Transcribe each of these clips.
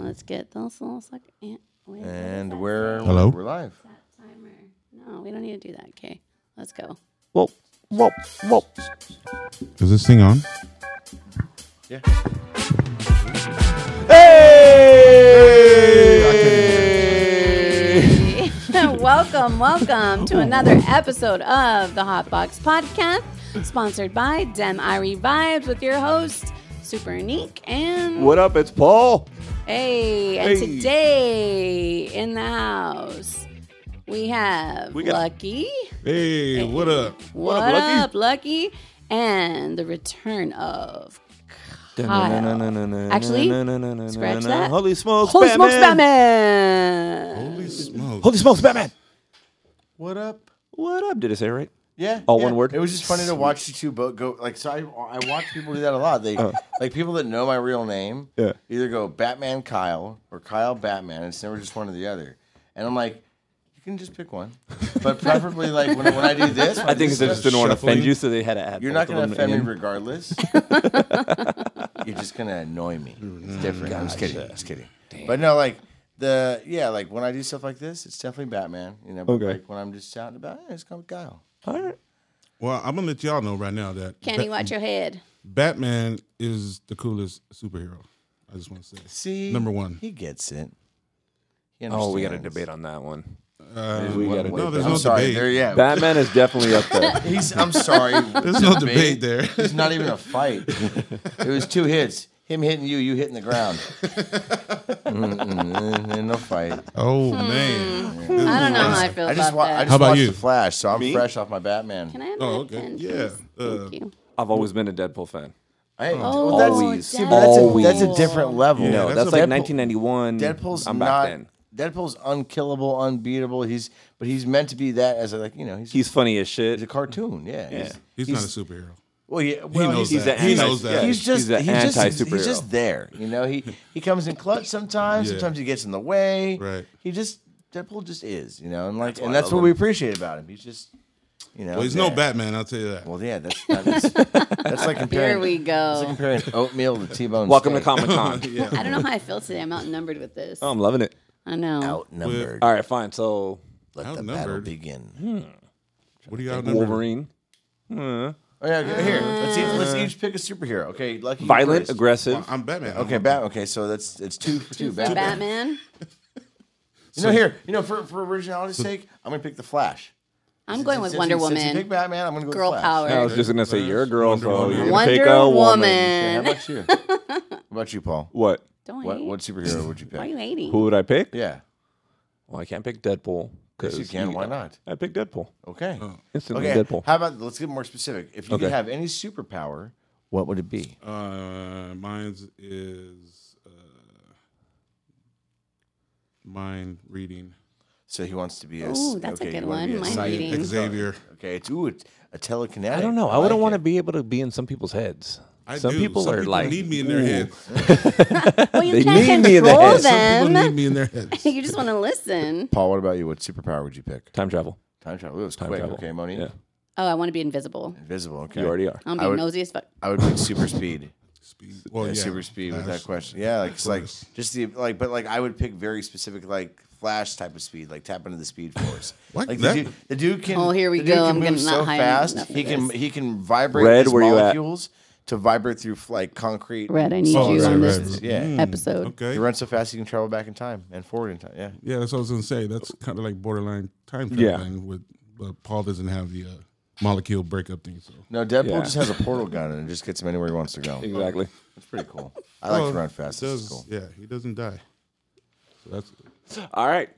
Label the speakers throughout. Speaker 1: Let's get those little sucker. And, wait, what does that
Speaker 2: And we're
Speaker 1: say?
Speaker 3: Hello?
Speaker 2: we're live.
Speaker 1: That timer. No, we don't need to do that. Okay, let's go.
Speaker 2: Whoa, whoa, whoa.
Speaker 3: Is this thing on?
Speaker 2: Yeah. Hey!
Speaker 1: welcome, welcome to
Speaker 2: Oh.
Speaker 1: another episode of the Hot Box Podcast, sponsored by Dem Irie Vibes with your host Super Unique and
Speaker 2: What up? It's Paul.
Speaker 1: Hey, and
Speaker 2: Hey.
Speaker 1: today in the house we have
Speaker 2: We got-
Speaker 1: Lucky.
Speaker 3: Hey, what up?
Speaker 1: What,
Speaker 2: up, Lucky?
Speaker 1: up, Lucky? And the return of Kyle. Actually, scratch that.
Speaker 2: Holy smokes,
Speaker 1: Holy
Speaker 2: Batman.
Speaker 1: smokes, Batman!
Speaker 3: Holy smokes!
Speaker 2: Holy smokes, Batman.
Speaker 4: What up?
Speaker 2: What up? Did I say it right?
Speaker 4: Yeah.
Speaker 2: All
Speaker 4: yeah.
Speaker 2: Oh, one word?
Speaker 4: It was just funny to watch the two both go like so I I watch people do that a lot. They like people that know my real name
Speaker 2: Uh. Yeah.
Speaker 4: either go Batman Kyle or Kyle Batman. It's never just one or the other. And I'm like, you can just pick one. But preferably like when, when I do this, when
Speaker 2: I think
Speaker 4: do
Speaker 2: they
Speaker 4: stuff,
Speaker 2: just didn't want to offend
Speaker 3: shuffling.
Speaker 2: you, so they had to add.
Speaker 4: you're
Speaker 2: both
Speaker 4: not
Speaker 2: of
Speaker 4: gonna
Speaker 2: them
Speaker 4: offend me
Speaker 2: in.
Speaker 4: regardless. you're just gonna annoy me. It's different. I'm just kidding. I'm just kidding. But no, like the yeah, like when I do stuff like this, it's definitely Batman. You know, but
Speaker 2: Okay.
Speaker 4: like when I'm just out and about, eh, it's called Kyle.
Speaker 2: All right.
Speaker 3: Well, I'm gonna let y'all know right now that
Speaker 1: Kenny,
Speaker 3: Ba-
Speaker 1: watch your head.
Speaker 3: Batman is the coolest superhero. I just want to say.
Speaker 4: See,
Speaker 3: Number one.
Speaker 4: he gets it. He
Speaker 2: Oh, we got a
Speaker 4: understands.
Speaker 2: debate on that one.
Speaker 3: Uh,
Speaker 2: We gotta
Speaker 3: no,
Speaker 2: do
Speaker 3: there's
Speaker 2: that.
Speaker 4: I'm
Speaker 3: no
Speaker 4: sorry,
Speaker 3: debate.
Speaker 4: there, yeah.
Speaker 2: Batman is definitely up there.
Speaker 4: He's, I'm sorry.
Speaker 3: There's no debate there.
Speaker 4: It's not even a fight. it was two hits. Him hitting you, you hitting the ground. Mm-mm, eh, no fight.
Speaker 3: Oh man.
Speaker 1: I don't know how I feel
Speaker 4: I
Speaker 1: about
Speaker 4: just, wa- I
Speaker 1: that.
Speaker 4: just
Speaker 3: How about
Speaker 4: watched
Speaker 3: you?
Speaker 4: The Flash, so I'm
Speaker 2: Me?
Speaker 4: fresh off my Batman.
Speaker 1: Can I have
Speaker 3: Oh,
Speaker 1: that
Speaker 3: okay.
Speaker 1: pen,
Speaker 3: Yeah,
Speaker 1: please?
Speaker 3: uh,
Speaker 1: Thank you.
Speaker 2: I've always been a Deadpool fan.
Speaker 4: I,
Speaker 1: Oh,
Speaker 4: well, that's,
Speaker 2: Always.
Speaker 4: See, but that's, a,
Speaker 2: Always.
Speaker 4: that's a different level.
Speaker 3: Yeah,
Speaker 2: no,
Speaker 3: that's
Speaker 2: that's,
Speaker 3: a
Speaker 2: like
Speaker 3: Deadpool.
Speaker 2: 1991.
Speaker 4: Deadpool's
Speaker 2: I'm
Speaker 4: not.
Speaker 2: back then.
Speaker 4: Deadpool's unkillable, unbeatable. He's but he's meant to be that as a, like you know he's
Speaker 2: He's funny as
Speaker 4: he's a
Speaker 2: shit.
Speaker 4: cartoon. Yeah, he's,
Speaker 3: He's, not a superhero.
Speaker 4: Well, yeah, well,
Speaker 3: knows
Speaker 4: he's,
Speaker 3: that.
Speaker 2: He
Speaker 4: he's-
Speaker 2: knows that.
Speaker 4: He's just
Speaker 2: He's an
Speaker 4: he's, just
Speaker 2: anti-superhero.
Speaker 4: he's just there. You know, he he comes in clutch sometimes.
Speaker 3: Yeah.
Speaker 4: Sometimes he gets in the way.
Speaker 3: Right.
Speaker 4: He just Deadpool just is. You know, and like
Speaker 2: why
Speaker 4: and
Speaker 2: I
Speaker 4: that's
Speaker 2: love
Speaker 4: what
Speaker 2: him.
Speaker 4: we appreciate about him. He's just you know.
Speaker 3: Well, he's no
Speaker 4: there.
Speaker 3: Batman. I'll tell you that.
Speaker 4: Well, yeah, that's that's, that's like comparing.
Speaker 1: Here we
Speaker 4: That's like
Speaker 1: go.
Speaker 4: comparing oatmeal to T-bone.
Speaker 2: Welcome to
Speaker 4: steak.
Speaker 2: Comic Con.
Speaker 1: I don't know how I feel today. I'm outnumbered with this.
Speaker 4: Oh.
Speaker 2: I'm loving it.
Speaker 1: I know.
Speaker 4: Outnumbered.
Speaker 2: All right, fine. So
Speaker 4: Let the battle
Speaker 3: Outnumbered.
Speaker 2: Hmm.
Speaker 4: begin.
Speaker 3: What do y'all remember?
Speaker 2: Wolverine, Hmm.
Speaker 4: Oh, yeah, okay, here. Let's each, let's each pick a superhero. Okay, lucky. you
Speaker 2: Uh, violent,
Speaker 4: first.
Speaker 2: aggressive.
Speaker 3: I'm Batman.
Speaker 4: Okay, Bat. Okay, so that's it's two for two.
Speaker 1: Batman.
Speaker 4: Batman. You know, here, you know, for, for originality's sake, I'm gonna pick the Flash.
Speaker 1: I'm going
Speaker 4: Since-
Speaker 1: with
Speaker 4: since
Speaker 1: Wonder
Speaker 4: you- since you pick
Speaker 1: Woman.
Speaker 4: Batman. I'm gonna go
Speaker 1: Girl
Speaker 4: with
Speaker 1: power.
Speaker 4: Flash.
Speaker 2: I was just gonna say you're a girl,
Speaker 3: Wonder
Speaker 2: so
Speaker 3: Woman.
Speaker 2: you're gonna
Speaker 1: Wonder
Speaker 2: pick a woman.
Speaker 1: Woman.
Speaker 4: Okay, how about you? How about you, Paul?
Speaker 2: What?
Speaker 1: Don't
Speaker 4: What
Speaker 1: hate.
Speaker 4: what superhero would you pick?
Speaker 1: Why are you hating?
Speaker 2: Who would I pick?
Speaker 4: yeah,
Speaker 2: Well, I can't pick Deadpool
Speaker 4: yes,
Speaker 2: because
Speaker 4: you can. Why not?
Speaker 2: I picked Deadpool.
Speaker 4: Okay.
Speaker 2: Instantly
Speaker 4: Okay.
Speaker 2: Deadpool.
Speaker 4: How about let's get more specific. If you
Speaker 2: Okay.
Speaker 4: could have any superpower, what would it be?
Speaker 3: Uh, mine's is uh, mind reading.
Speaker 4: So he wants to be a.
Speaker 1: Ooh, that's a
Speaker 4: okay,
Speaker 1: good
Speaker 4: you wanna be
Speaker 1: one. Mind
Speaker 4: psychic.
Speaker 1: reading.
Speaker 3: Xavier.
Speaker 4: Okay, it's ooh, it's a telekinetic.
Speaker 2: I don't know. I, wouldn't want to
Speaker 4: to.
Speaker 2: be able to be in some people's heads.
Speaker 3: I
Speaker 2: some
Speaker 3: do.
Speaker 2: people
Speaker 3: some
Speaker 2: are
Speaker 3: people
Speaker 2: like,
Speaker 3: need me in their
Speaker 2: "Ooh."
Speaker 3: head.
Speaker 1: Well, you
Speaker 2: They
Speaker 1: can't
Speaker 2: need me in the
Speaker 1: control
Speaker 2: head. Some
Speaker 3: People need
Speaker 1: them.
Speaker 3: me in their head.
Speaker 1: You just want to listen.
Speaker 4: Paul, what about you? What superpower would you pick?
Speaker 2: Time travel.
Speaker 4: Time travel. It was
Speaker 2: Time
Speaker 4: quick.
Speaker 2: travel.
Speaker 4: Okay, Moni.
Speaker 2: Yeah,
Speaker 1: Oh, I want to be invisible.
Speaker 4: Invisible. Okay.
Speaker 2: you already are.
Speaker 1: I'm
Speaker 4: I
Speaker 1: being
Speaker 4: would-
Speaker 1: nosy as fuck.
Speaker 4: I would pick super speed.
Speaker 3: Speed. Well,
Speaker 4: yeah,
Speaker 3: yeah.
Speaker 4: super speed with
Speaker 3: Flash.
Speaker 4: that question. Yeah, like it's like
Speaker 3: course.
Speaker 4: just the like, but like I would pick very specific like flash type of speed, like tap into the speed force.
Speaker 3: What?
Speaker 4: Like
Speaker 3: That-
Speaker 4: the dude, the dude can.
Speaker 1: Oh, here we
Speaker 4: the dude
Speaker 1: go.
Speaker 4: Can
Speaker 1: I'm
Speaker 4: move
Speaker 1: getting
Speaker 4: so
Speaker 1: not high
Speaker 4: fast.
Speaker 1: enough for
Speaker 4: He can
Speaker 1: this.
Speaker 4: he can vibrate
Speaker 2: Red,
Speaker 4: his
Speaker 2: where you at?
Speaker 4: molecules to vibrate through like concrete.
Speaker 1: Red, I need
Speaker 3: Oh,
Speaker 1: you
Speaker 3: right,
Speaker 1: on
Speaker 3: right,
Speaker 1: this
Speaker 3: right.
Speaker 4: Yeah.
Speaker 1: episode.
Speaker 4: He
Speaker 3: Okay.
Speaker 4: runs so fast he can travel back in time and forward in time. Yeah.
Speaker 3: Yeah, that's what I was gonna say. That's kind of like borderline time travel
Speaker 2: Yeah.
Speaker 3: thing. With but Paul doesn't have the uh, molecule breakup thing. So
Speaker 4: No, Deadpool
Speaker 2: Yeah.
Speaker 4: just has a portal gun and it just gets him anywhere he wants to go.
Speaker 2: Exactly.
Speaker 4: It's pretty cool. I like
Speaker 3: Well,
Speaker 4: to run fast.
Speaker 3: he
Speaker 4: This
Speaker 3: Oh, Does,
Speaker 4: is cool.
Speaker 3: Yeah, he doesn't die. So that's
Speaker 2: All right.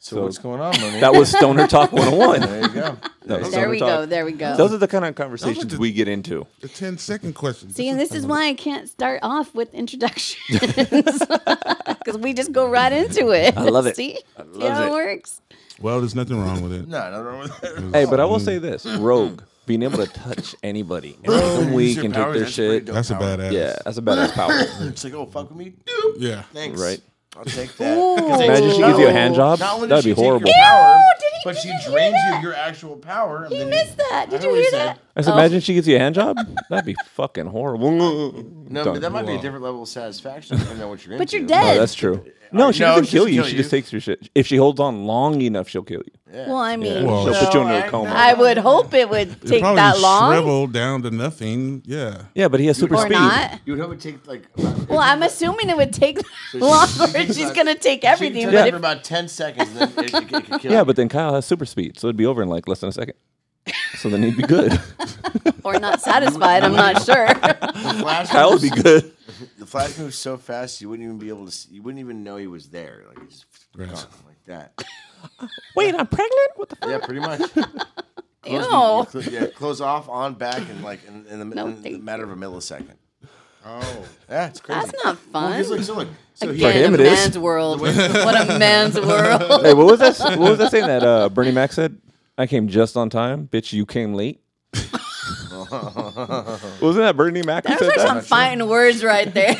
Speaker 4: So, what's going on, Moni?
Speaker 2: That was Stoner Talk 101.
Speaker 4: there you go.
Speaker 2: No,
Speaker 1: There
Speaker 2: Stoner
Speaker 1: we
Speaker 2: Talk.
Speaker 1: go. There we go.
Speaker 2: Those are the kind of conversations
Speaker 3: the-
Speaker 2: we get into.
Speaker 3: the 10 second question.
Speaker 1: See, and this is why I can't start off with introductions because we just go right into it. I
Speaker 2: love it.
Speaker 1: See,
Speaker 2: I
Speaker 1: See
Speaker 2: love
Speaker 1: how it
Speaker 2: it.
Speaker 1: works.
Speaker 3: Well, there's nothing wrong with it.
Speaker 4: No, nothing wrong with that.
Speaker 2: Hey, but I will say this: Rogue being able to touch anybody and make them weak and take
Speaker 4: Superpowers, that's
Speaker 2: their
Speaker 4: pretty
Speaker 2: shit.
Speaker 4: dope
Speaker 3: That's a
Speaker 4: power.
Speaker 3: badass.
Speaker 2: Yeah, that's a badass power,
Speaker 4: It's like, oh, fuck with me. Doop.
Speaker 3: Yeah.
Speaker 4: Thanks.
Speaker 2: right?
Speaker 4: I'll take that.
Speaker 1: Ooh.
Speaker 4: 'Cause they-
Speaker 2: Imagine she
Speaker 4: not
Speaker 2: gives you a
Speaker 4: only-
Speaker 2: hand job.
Speaker 4: Not only
Speaker 2: That'd
Speaker 4: does she
Speaker 2: be
Speaker 4: take
Speaker 2: horrible.
Speaker 4: your power,
Speaker 1: Ew, did he-
Speaker 4: but
Speaker 1: did
Speaker 4: she
Speaker 1: you hear
Speaker 4: drains you
Speaker 1: that?
Speaker 4: of your actual power. and
Speaker 1: You
Speaker 4: then
Speaker 1: missed that. Did
Speaker 4: I
Speaker 1: you
Speaker 4: always
Speaker 1: hear
Speaker 4: said-
Speaker 1: that?
Speaker 2: I said, imagine she gives you a hand job. That'd be fucking horrible.
Speaker 4: No, but that might be a different level of satisfaction depending on what you're
Speaker 1: But
Speaker 4: into.
Speaker 1: you're dead.
Speaker 2: Oh, that's true. No, she
Speaker 4: No,
Speaker 2: doesn't
Speaker 4: she
Speaker 2: kill
Speaker 4: doesn't
Speaker 2: you.
Speaker 4: kill
Speaker 2: She
Speaker 4: you.
Speaker 2: just takes your shit. If she holds on long enough, she'll kill you.
Speaker 1: Well, I mean,
Speaker 2: She'll
Speaker 3: Well,
Speaker 2: put you
Speaker 4: Oh, No,
Speaker 2: into
Speaker 4: I-
Speaker 2: a coma.
Speaker 1: I would hope it would
Speaker 3: It
Speaker 1: take
Speaker 3: probably
Speaker 1: that long.
Speaker 3: shriveled down to nothing. Yeah.
Speaker 2: yeah, but he has super
Speaker 1: or
Speaker 2: speed.
Speaker 1: not.
Speaker 4: You would hope it take like.
Speaker 1: Well, I'm assuming it would take longer. She's gonna take
Speaker 4: she
Speaker 1: everything,
Speaker 4: turned
Speaker 1: but
Speaker 4: it
Speaker 1: if
Speaker 4: for about ten seconds, and then it, it, it could kill.
Speaker 2: Yeah,
Speaker 4: you.
Speaker 2: but then Kyle has super speed, so it'd be over in like less than a second. So then he'd be good.
Speaker 1: or not satisfied, I'm not sure.
Speaker 4: the flash,
Speaker 2: Kyle would
Speaker 4: moves,
Speaker 2: be good.
Speaker 4: the flash moves so fast you wouldn't even be able to. See, you wouldn't even know he was there. Like it's just
Speaker 3: Right.
Speaker 4: gone like that.
Speaker 2: Wait, I'm pregnant? What the fuck?
Speaker 4: Yeah, pretty much. Close the-
Speaker 1: Ew.
Speaker 4: cl- yeah, close off, on back, and like in, in the,
Speaker 1: No,
Speaker 4: in the
Speaker 1: thank
Speaker 4: matter of a millisecond. Oh, yeah, it's crazy.
Speaker 1: That's not
Speaker 4: Well,
Speaker 1: fun.
Speaker 4: he's like, so look, so he-
Speaker 1: Again,
Speaker 2: him
Speaker 1: a
Speaker 2: it is.
Speaker 1: man's world. what a man's world.
Speaker 2: Hey, what was that? What was that saying that uh, Bernie Mac said? I came just on time, bitch. You came late. Wasn't that Bernie Mac who
Speaker 1: That was
Speaker 2: said
Speaker 1: like some
Speaker 2: that?
Speaker 1: fighting words right there.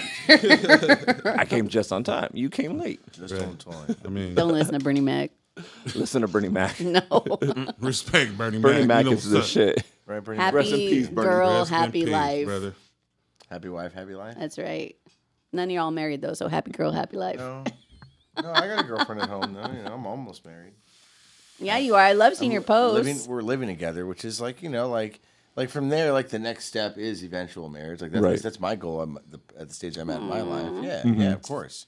Speaker 2: I came just on time. You came late.
Speaker 4: That's what I'm telling you.
Speaker 3: I mean,
Speaker 1: Don't listen to Bernie Mac.
Speaker 2: Listen to Bernie Mac.
Speaker 1: No.
Speaker 3: respect Bernie,
Speaker 2: Bernie
Speaker 3: Mac.
Speaker 2: Mac
Speaker 3: you
Speaker 2: is
Speaker 3: little
Speaker 2: the
Speaker 3: suck.
Speaker 2: shit.
Speaker 4: right, Bernie?
Speaker 1: Happy
Speaker 2: Rest in peace, Bernie.
Speaker 1: girl,
Speaker 3: Rest in
Speaker 1: happy
Speaker 3: peace,
Speaker 1: life.
Speaker 3: brother.
Speaker 4: Happy wife, happy life.
Speaker 1: That's right. None of y'all married though, so happy girl, happy life.
Speaker 4: No, no, I got a girlfriend at home though. You know, I'm almost married.
Speaker 1: Yeah, you are. I love seeing your posts.
Speaker 4: Living, we're living together, which is like you know, like like from there, like the next step is eventual marriage. Like that's
Speaker 2: Right.
Speaker 4: that's my goal. I'm at the, at the stage I'm at in my life. Yeah, yeah, of course.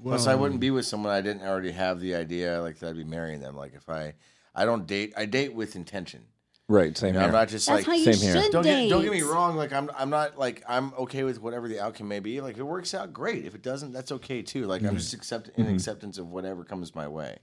Speaker 4: Plus, I
Speaker 3: Um,
Speaker 4: wouldn't be with someone I didn't already have the idea like that I'd be marrying them. Like if I, I don't date. I date with intention.
Speaker 2: Right. Same
Speaker 4: You know, I'm
Speaker 2: here.
Speaker 4: not just
Speaker 1: That's
Speaker 4: like
Speaker 1: how you
Speaker 2: same
Speaker 1: should
Speaker 2: here.
Speaker 1: date.
Speaker 4: don't get, don't get me wrong. Like I'm, I'm not like I'm okay with whatever the outcome may be. Like if it works out, great. If it doesn't, that's okay too. Like
Speaker 3: Mm-hmm.
Speaker 4: I'm just accept in acceptance of whatever comes my way.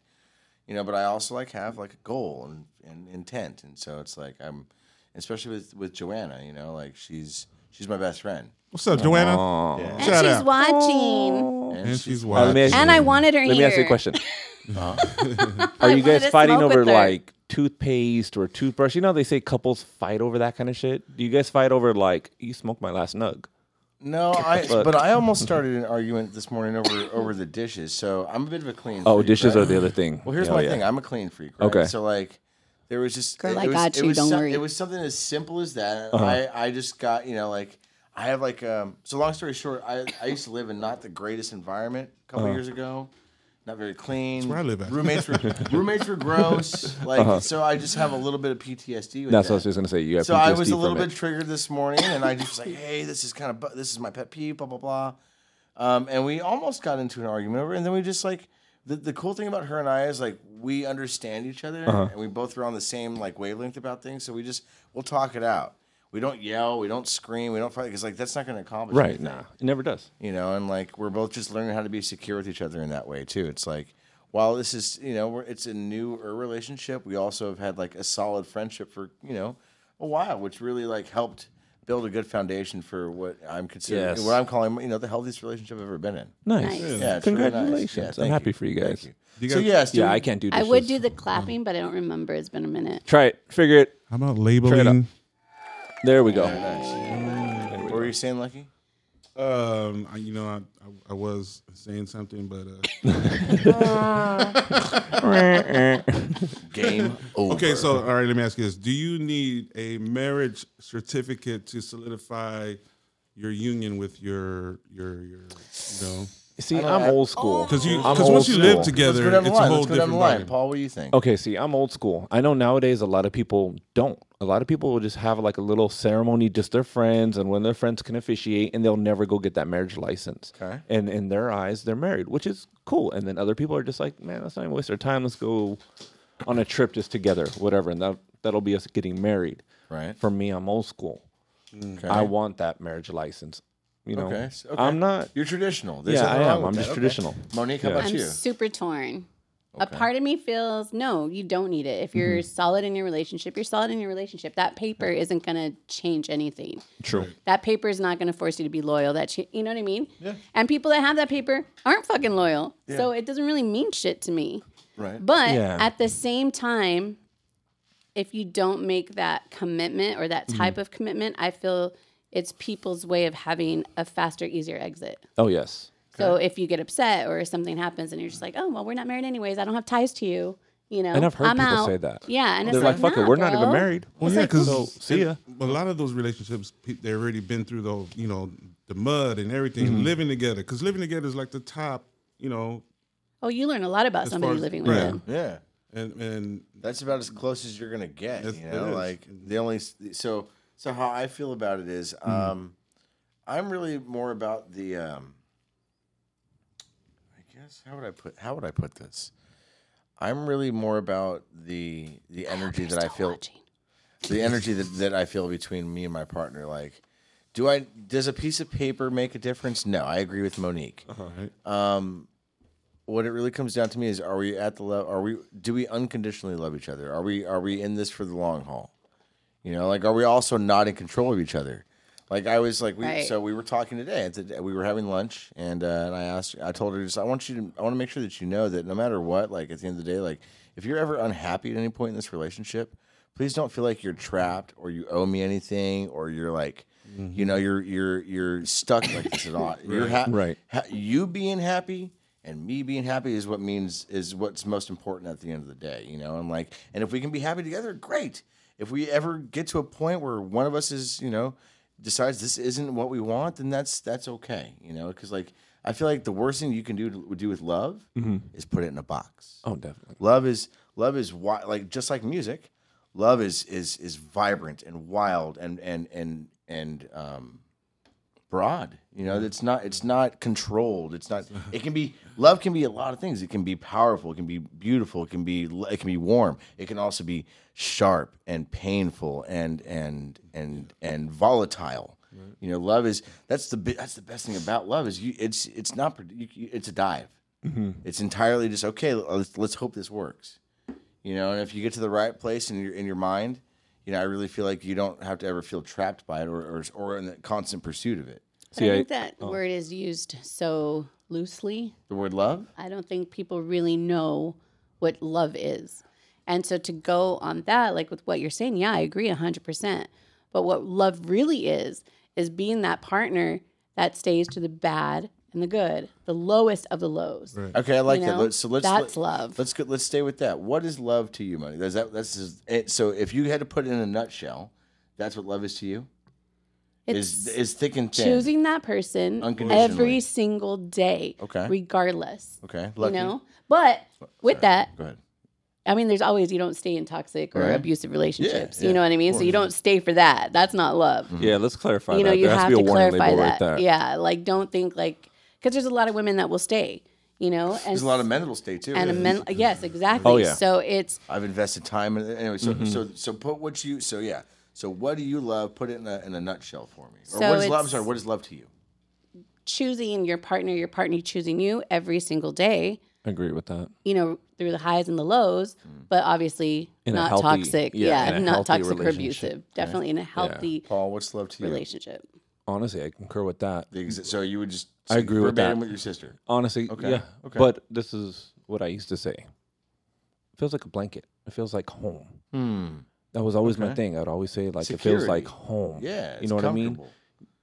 Speaker 4: You know, but I also like have like a goal and, and intent, and so it's like I'm, especially with with Joanna. You know, like she's she's my best friend,
Speaker 3: What's up, Joanna?
Speaker 1: And
Speaker 3: Uh-huh. Shout
Speaker 1: she's
Speaker 3: out.
Speaker 1: watching.
Speaker 3: And she's
Speaker 2: Uh, let me
Speaker 3: watching.
Speaker 2: ask you-
Speaker 1: And I wanted her
Speaker 2: Let
Speaker 1: here.
Speaker 2: me ask you a question. Uh-huh. Are you
Speaker 1: wanted
Speaker 2: guys
Speaker 1: to
Speaker 2: fighting
Speaker 1: smoke
Speaker 2: over
Speaker 1: with her.
Speaker 2: like toothpaste or toothbrush? You know they say couples fight over that kind of shit. Do you guys fight over like you smoked my last nug?
Speaker 4: No, I
Speaker 2: fuck?
Speaker 4: but I almost started an argument this morning over over the dishes. So I'm a bit of a clean.
Speaker 2: Oh,
Speaker 4: freak,
Speaker 2: dishes
Speaker 4: right?
Speaker 2: are the other thing.
Speaker 4: Well, here's
Speaker 2: Oh,
Speaker 4: my
Speaker 2: yeah.
Speaker 4: thing. I'm a clean freak. Right?
Speaker 2: Okay.
Speaker 4: So like, there was just
Speaker 1: Girl,
Speaker 4: it,
Speaker 1: I
Speaker 4: it was,
Speaker 1: got
Speaker 4: it
Speaker 1: you,
Speaker 4: was
Speaker 1: don't
Speaker 4: some-
Speaker 1: worry.
Speaker 4: It was something as simple as that.
Speaker 2: Uh-huh.
Speaker 4: I I just got you know like I have like um. So long story short, I I used to live in not the greatest environment a
Speaker 2: Uh-huh.
Speaker 4: couple years ago. Not very clean.
Speaker 3: where I live at.
Speaker 4: Roommates were roommates were gross. Like so, I just have a little bit of PTSD. With
Speaker 2: Uh-huh. That's
Speaker 4: that.
Speaker 2: what I was just gonna say. You have
Speaker 4: So
Speaker 2: PTSD
Speaker 4: I was a
Speaker 2: from
Speaker 4: little
Speaker 2: it.
Speaker 4: bit triggered this morning, and I just was like, "Hey, this is kind of bu- this is my pet peeve." Blah blah blah. Um, and we almost got into an argument over, it, and then we just like the, the cool thing about her and I is like we understand each other,
Speaker 2: Uh-huh.
Speaker 4: and we both are on the same like wavelength about things. So we just we'll talk it out. We don't yell, we don't scream, we don't fight because like that's not going to accomplish
Speaker 2: Right.
Speaker 4: anything,
Speaker 2: Nah. It never does.
Speaker 4: You know, and like we're both just learning how to be secure with each other in that way too. It's like. While this is, you know, we're, it's a newer relationship, we also have had like a solid friendship for, you know, a while, which really like helped build a good foundation for what I'm considering,
Speaker 2: Yes.
Speaker 4: what I'm calling, you know, the healthiest relationship I've ever been in.
Speaker 1: Nice.
Speaker 4: Yeah,
Speaker 2: Nice.
Speaker 4: it's really nice.
Speaker 2: Congratulations.
Speaker 4: Yeah,
Speaker 2: I'm
Speaker 4: thank
Speaker 2: happy
Speaker 4: you.
Speaker 2: for you guys.
Speaker 4: Thank
Speaker 3: Do you
Speaker 4: So
Speaker 3: guys-
Speaker 4: yeah, so
Speaker 2: Yeah, I can't do
Speaker 1: I
Speaker 2: dishes.
Speaker 1: would do the
Speaker 2: Mm.
Speaker 1: clapping, but I don't remember. It's been a minute.
Speaker 2: Try it. Figure it.
Speaker 3: How about labeling?
Speaker 2: There we go.
Speaker 4: What were you saying, Lucky?
Speaker 3: Um, I, you know, I, I, I was saying something, but uh,
Speaker 4: Game over.
Speaker 3: okay. So, all right, let me ask you this: Do you need a marriage certificate to solidify your union with your your your you know?
Speaker 2: See, I'm old
Speaker 4: Oh.
Speaker 2: school.
Speaker 3: Because you
Speaker 2: I'm
Speaker 3: because once
Speaker 2: old
Speaker 3: you live
Speaker 2: school.
Speaker 4: Let's go
Speaker 3: together,
Speaker 4: down
Speaker 3: it's
Speaker 4: the
Speaker 3: a
Speaker 4: line.
Speaker 3: whole
Speaker 4: Let's go down
Speaker 3: different
Speaker 4: the line.
Speaker 3: vibe.
Speaker 4: Paul, what do you think?
Speaker 2: Okay, see, I'm old school. I know nowadays a lot of people don't. A lot of people will just have like a little ceremony, just their friends, and when their friends can officiate, and they'll never go get that marriage license.
Speaker 4: Okay.
Speaker 2: And in their eyes, they're married, which is cool. And then other people are just like, man, that's not even waste our time. Let's go on a trip just together, whatever. And that that'll be us getting married.
Speaker 4: Right.
Speaker 2: For me, I'm old school.
Speaker 4: Okay.
Speaker 2: I want that marriage license. You know,
Speaker 4: Okay, s- okay.
Speaker 2: I'm not.
Speaker 4: You're traditional. There's
Speaker 2: Yeah,
Speaker 4: nothing
Speaker 2: I
Speaker 4: wrong
Speaker 2: am.
Speaker 4: with
Speaker 2: I'm
Speaker 4: that.
Speaker 2: just
Speaker 4: Okay.
Speaker 2: traditional.
Speaker 4: Monique, how
Speaker 2: Yeah.
Speaker 4: about
Speaker 1: I'm
Speaker 4: you?
Speaker 1: super torn. A part of me feels no, you don't need it. If you're
Speaker 2: Mm-hmm.
Speaker 1: solid in your relationship, you're solid in your relationship. That paper isn't going to change anything.
Speaker 2: True.
Speaker 1: That paper is not going to force you to be loyal. That cha- you know what I mean? Yeah. And people that have that paper aren't fucking loyal. So it doesn't really mean shit to me.
Speaker 4: Right.
Speaker 1: But
Speaker 2: Yeah.
Speaker 1: at the same time, if you don't make that commitment or that type
Speaker 2: Mm-hmm.
Speaker 1: of commitment, I feel it's people's way of having a faster, easier exit.
Speaker 2: Oh yes.
Speaker 1: So if you get upset or something happens and you're just like, oh well, we're not married anyways. I don't have ties to you. You know,
Speaker 2: And I've heard
Speaker 1: I'm
Speaker 2: people
Speaker 1: out.
Speaker 2: say that.
Speaker 1: Yeah, and
Speaker 2: They're
Speaker 1: it's
Speaker 2: like,
Speaker 1: like,
Speaker 2: fuck it, we're not
Speaker 1: "Nah,
Speaker 2: even
Speaker 1: bro."
Speaker 2: married.
Speaker 3: Well, yeah, because
Speaker 2: so, see ya.
Speaker 3: a lot of those relationships, pe- they've Mm-hmm. already been through the, whole, you know, the mud and everything, living together. Because living together is like the top you know,
Speaker 1: Oh, you learn a lot about
Speaker 3: As
Speaker 1: somebody
Speaker 3: far as-
Speaker 1: living with
Speaker 3: right.
Speaker 1: them.
Speaker 4: Yeah.
Speaker 3: and and
Speaker 4: That's about as close as you're gonna get.
Speaker 3: That's-
Speaker 4: you
Speaker 3: it
Speaker 4: know,
Speaker 3: is.
Speaker 4: like the only s- so so how I feel about it is,
Speaker 3: Hmm.
Speaker 4: um, I'm really more about the. Um, I guess how would I put how would I put this? I'm really more about the the energy that I feel the energy that, that I feel between me and my partner. Like, do I does a piece of paper make a difference? No, I agree with Monique. Um, What it really comes down to me is: Are we at the level? Are we? Do we unconditionally love each other? Are we? Are we in this for the long haul? You know, like, are we also not in control of each other? Like, I was like, we,
Speaker 1: Right.
Speaker 4: so we were talking today. and today- We were having lunch, and uh, and I asked, I told her, just I want you to, I want to make sure that you know that no matter what, like at the end of the day, like if you're ever unhappy at any point in this relationship, please don't feel like you're trapped or you owe me anything or you're like, you know, you're you're you're stuck like this at all. You're ha-
Speaker 2: Mm-hmm. Right.
Speaker 4: ha- you being happy and me being happy is what means is what's most important at the end of the day, you know. And like, and if we can be happy together, great. If we ever get to a point where one of us is, you know, decides this isn't what we want, then that's that's okay, you know. Because like, I feel like the worst thing you can do to, do with love is put it in a box.
Speaker 2: Oh, definitely.
Speaker 4: Love is love is wi- like just like music. Love is is is vibrant and wild and and and and um, broad. You know, it's not it's not controlled. It's not. It can be love can be a lot of things. It can be powerful. It can be beautiful. It can be l- it can be warm. It can also be sharp and painful and and and and volatile. You know, love is that's the bi- that's the best thing about love is you it's it's not pred- you, you- it's a dive. It's entirely just okay. Let's let's hope this works. You know, and if you get to the right place in your in your mind, you know, I really feel like you don't have to ever feel trapped by it or or, or in the constant pursuit of it.
Speaker 1: But
Speaker 2: See,
Speaker 1: I
Speaker 2: I-
Speaker 1: think that
Speaker 4: oh.
Speaker 1: word is used so loosely.
Speaker 4: The word love.
Speaker 1: I don't think people really know what love is. And so to go on that, like with what you're saying, yeah, I agree 100%. But what love really is, is being that partner that stays to the bad and the good, the lowest of the lows.
Speaker 4: Okay, I like
Speaker 1: You
Speaker 4: that.
Speaker 1: know?
Speaker 4: Let's, so let's
Speaker 1: That's love.
Speaker 4: Let's go, let's stay with that. What is love to you, money? Does that that's is it, so? If you had to put it in a nutshell, that's what love is to you.
Speaker 1: It's
Speaker 4: Is is thick and thin.
Speaker 1: choosing that person
Speaker 4: Unconditionally.
Speaker 1: every single day,
Speaker 4: Okay.
Speaker 1: regardless.
Speaker 4: Okay, lucky.
Speaker 1: You know? But with that,
Speaker 4: Go ahead.
Speaker 1: I mean, there's always you don't stay in toxic or
Speaker 4: Right.
Speaker 1: abusive relationships.
Speaker 4: yeah. Mm-hmm.
Speaker 1: You know what I mean? So you don't stay for that. That's not love.
Speaker 2: Yeah, let's clarify
Speaker 1: You know,
Speaker 2: that.
Speaker 1: you
Speaker 2: there has
Speaker 1: have
Speaker 2: to be
Speaker 1: to
Speaker 2: a warning
Speaker 1: clarify
Speaker 2: label
Speaker 1: that.
Speaker 2: right there.
Speaker 1: Yeah, like don't think like because there's a lot of women that will stay. You know, and
Speaker 4: There's a lot of men that'll stay too.
Speaker 1: and a men.
Speaker 4: Mm-hmm.
Speaker 1: Yes, exactly.
Speaker 2: Oh, yeah.
Speaker 1: So it's
Speaker 4: I've invested time in it. Anyway, so so so put what you so yeah. So what do you love? Put it in a, in a nutshell for me. Or
Speaker 1: So
Speaker 4: what is love? I'm
Speaker 1: it's-
Speaker 4: sorry, what is love to you?
Speaker 1: choosing your partner, your partner choosing you every single day.
Speaker 2: I agree with that.
Speaker 1: You know, through the highs and the lows,
Speaker 4: Mm.
Speaker 1: but obviously
Speaker 2: In a
Speaker 1: not
Speaker 2: healthy-
Speaker 1: toxic.
Speaker 2: yeah,
Speaker 1: Yeah,
Speaker 2: in a
Speaker 1: not
Speaker 2: healthy
Speaker 1: toxic or
Speaker 2: relationship.
Speaker 1: abusive. Definitely in a healthy
Speaker 4: Paul, what's love to you?
Speaker 1: relationship.
Speaker 2: Honestly, I concur with that.
Speaker 4: The exa- so you would just
Speaker 2: I agree with
Speaker 4: verbatim
Speaker 2: that.
Speaker 4: with your sister.
Speaker 2: Honestly,
Speaker 4: Okay,
Speaker 2: yeah.
Speaker 4: okay.
Speaker 2: But this is what I used to say. It feels like a blanket. It feels like home. Hmm. That was always my thing. I'd always say like it feels like
Speaker 4: Security.
Speaker 2: home.
Speaker 4: Yeah,
Speaker 2: you
Speaker 4: it's
Speaker 2: know what I mean.
Speaker 4: comfortable.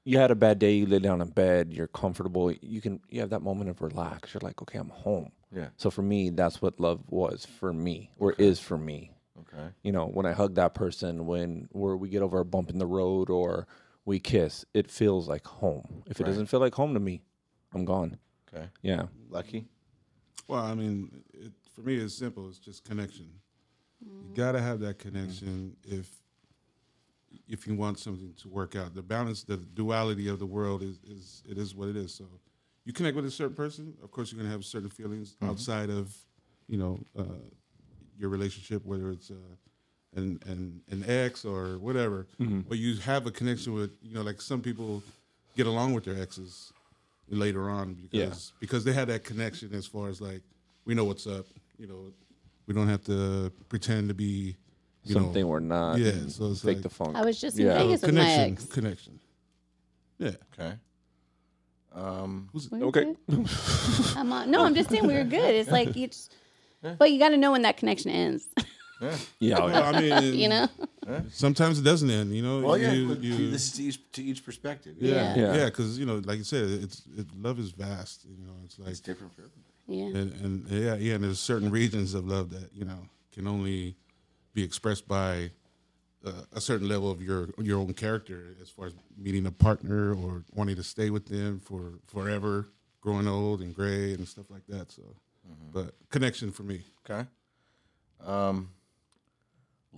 Speaker 2: You had a bad day. You lay down in bed. You're comfortable. You can you have that moment of relax. You're like, okay, I'm home.
Speaker 4: Yeah.
Speaker 2: So for me, that's what love was for me, or is for me.
Speaker 4: Okay.
Speaker 2: You know, when I hug that person, when where we get over a bump in the road, or we kiss, it feels like home. If it doesn't feel like home to me, I'm gone.
Speaker 4: Okay.
Speaker 2: Yeah.
Speaker 4: Lucky.
Speaker 3: well, I mean, it, for me, it's simple. It's just connection. You gotta have that connection if if you want something to work out. The balance, the duality of the world is is it is what it is. So you connect with a certain person, of course, you're gonna have certain feelings outside of you know uh, your relationship, whether it's uh, an, an an ex or whatever. But you have a connection with you know, like some people get along with their exes later on because because they had that connection as far as like we know what's up. You know, we don't have to pretend to be you know,
Speaker 2: something we're not.
Speaker 3: yeah,
Speaker 2: and
Speaker 3: so it's
Speaker 2: fake
Speaker 3: like-
Speaker 2: the funk.
Speaker 1: I was just in
Speaker 2: Yeah.
Speaker 1: Vegas with my
Speaker 3: connection,
Speaker 1: ex.
Speaker 3: connection. Yeah.
Speaker 4: Okay. Um,
Speaker 2: Okay.
Speaker 1: I'm on, no, I'm just saying we were good. It's like you just, but you got to know when that connection ends.
Speaker 2: Yeah. oh, yeah.
Speaker 3: Well, I mean,
Speaker 1: You know,
Speaker 3: sometimes it doesn't end. You know,
Speaker 4: well, Oh, yeah.
Speaker 3: You-
Speaker 4: look,
Speaker 3: you-
Speaker 4: this is to each, to each perspective.
Speaker 1: Yeah.
Speaker 3: yeah,
Speaker 2: Yeah.
Speaker 3: yeah, because you know, like you said, it's it, love is vast. You know, it's like
Speaker 4: It's different for everybody.
Speaker 1: yeah.
Speaker 3: and, and yeah, yeah, and there's certain regions of love that you know can only be expressed by uh, a certain level of your your own character, as far as meeting a partner or wanting to stay with them for forever, growing old and gray and stuff like that. So,
Speaker 4: Mm-hmm.
Speaker 3: but connection for me.
Speaker 4: Okay. Um,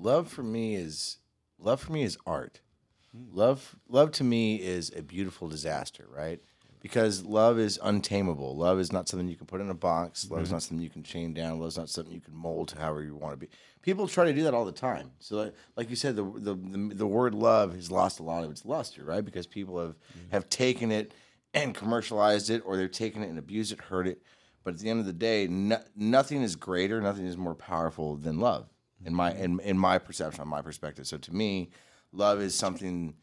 Speaker 4: love for me is love for me is art. Love love to me is a beautiful disaster, right? Because love is untamable. Love is not something you can put in a box. Love is not something you can chain down. Love is not something you can mold to however you want to be. People try to do that all the time. So, like, like you said, the, the the the word love has lost a lot of its luster, right? Because people have have taken it and commercialized it, or they've taken it and abused it, hurt it. But at the end of the day, no, nothing is greater, nothing is more powerful than love, in my in, in my perception, on my perspective. So to me, love is something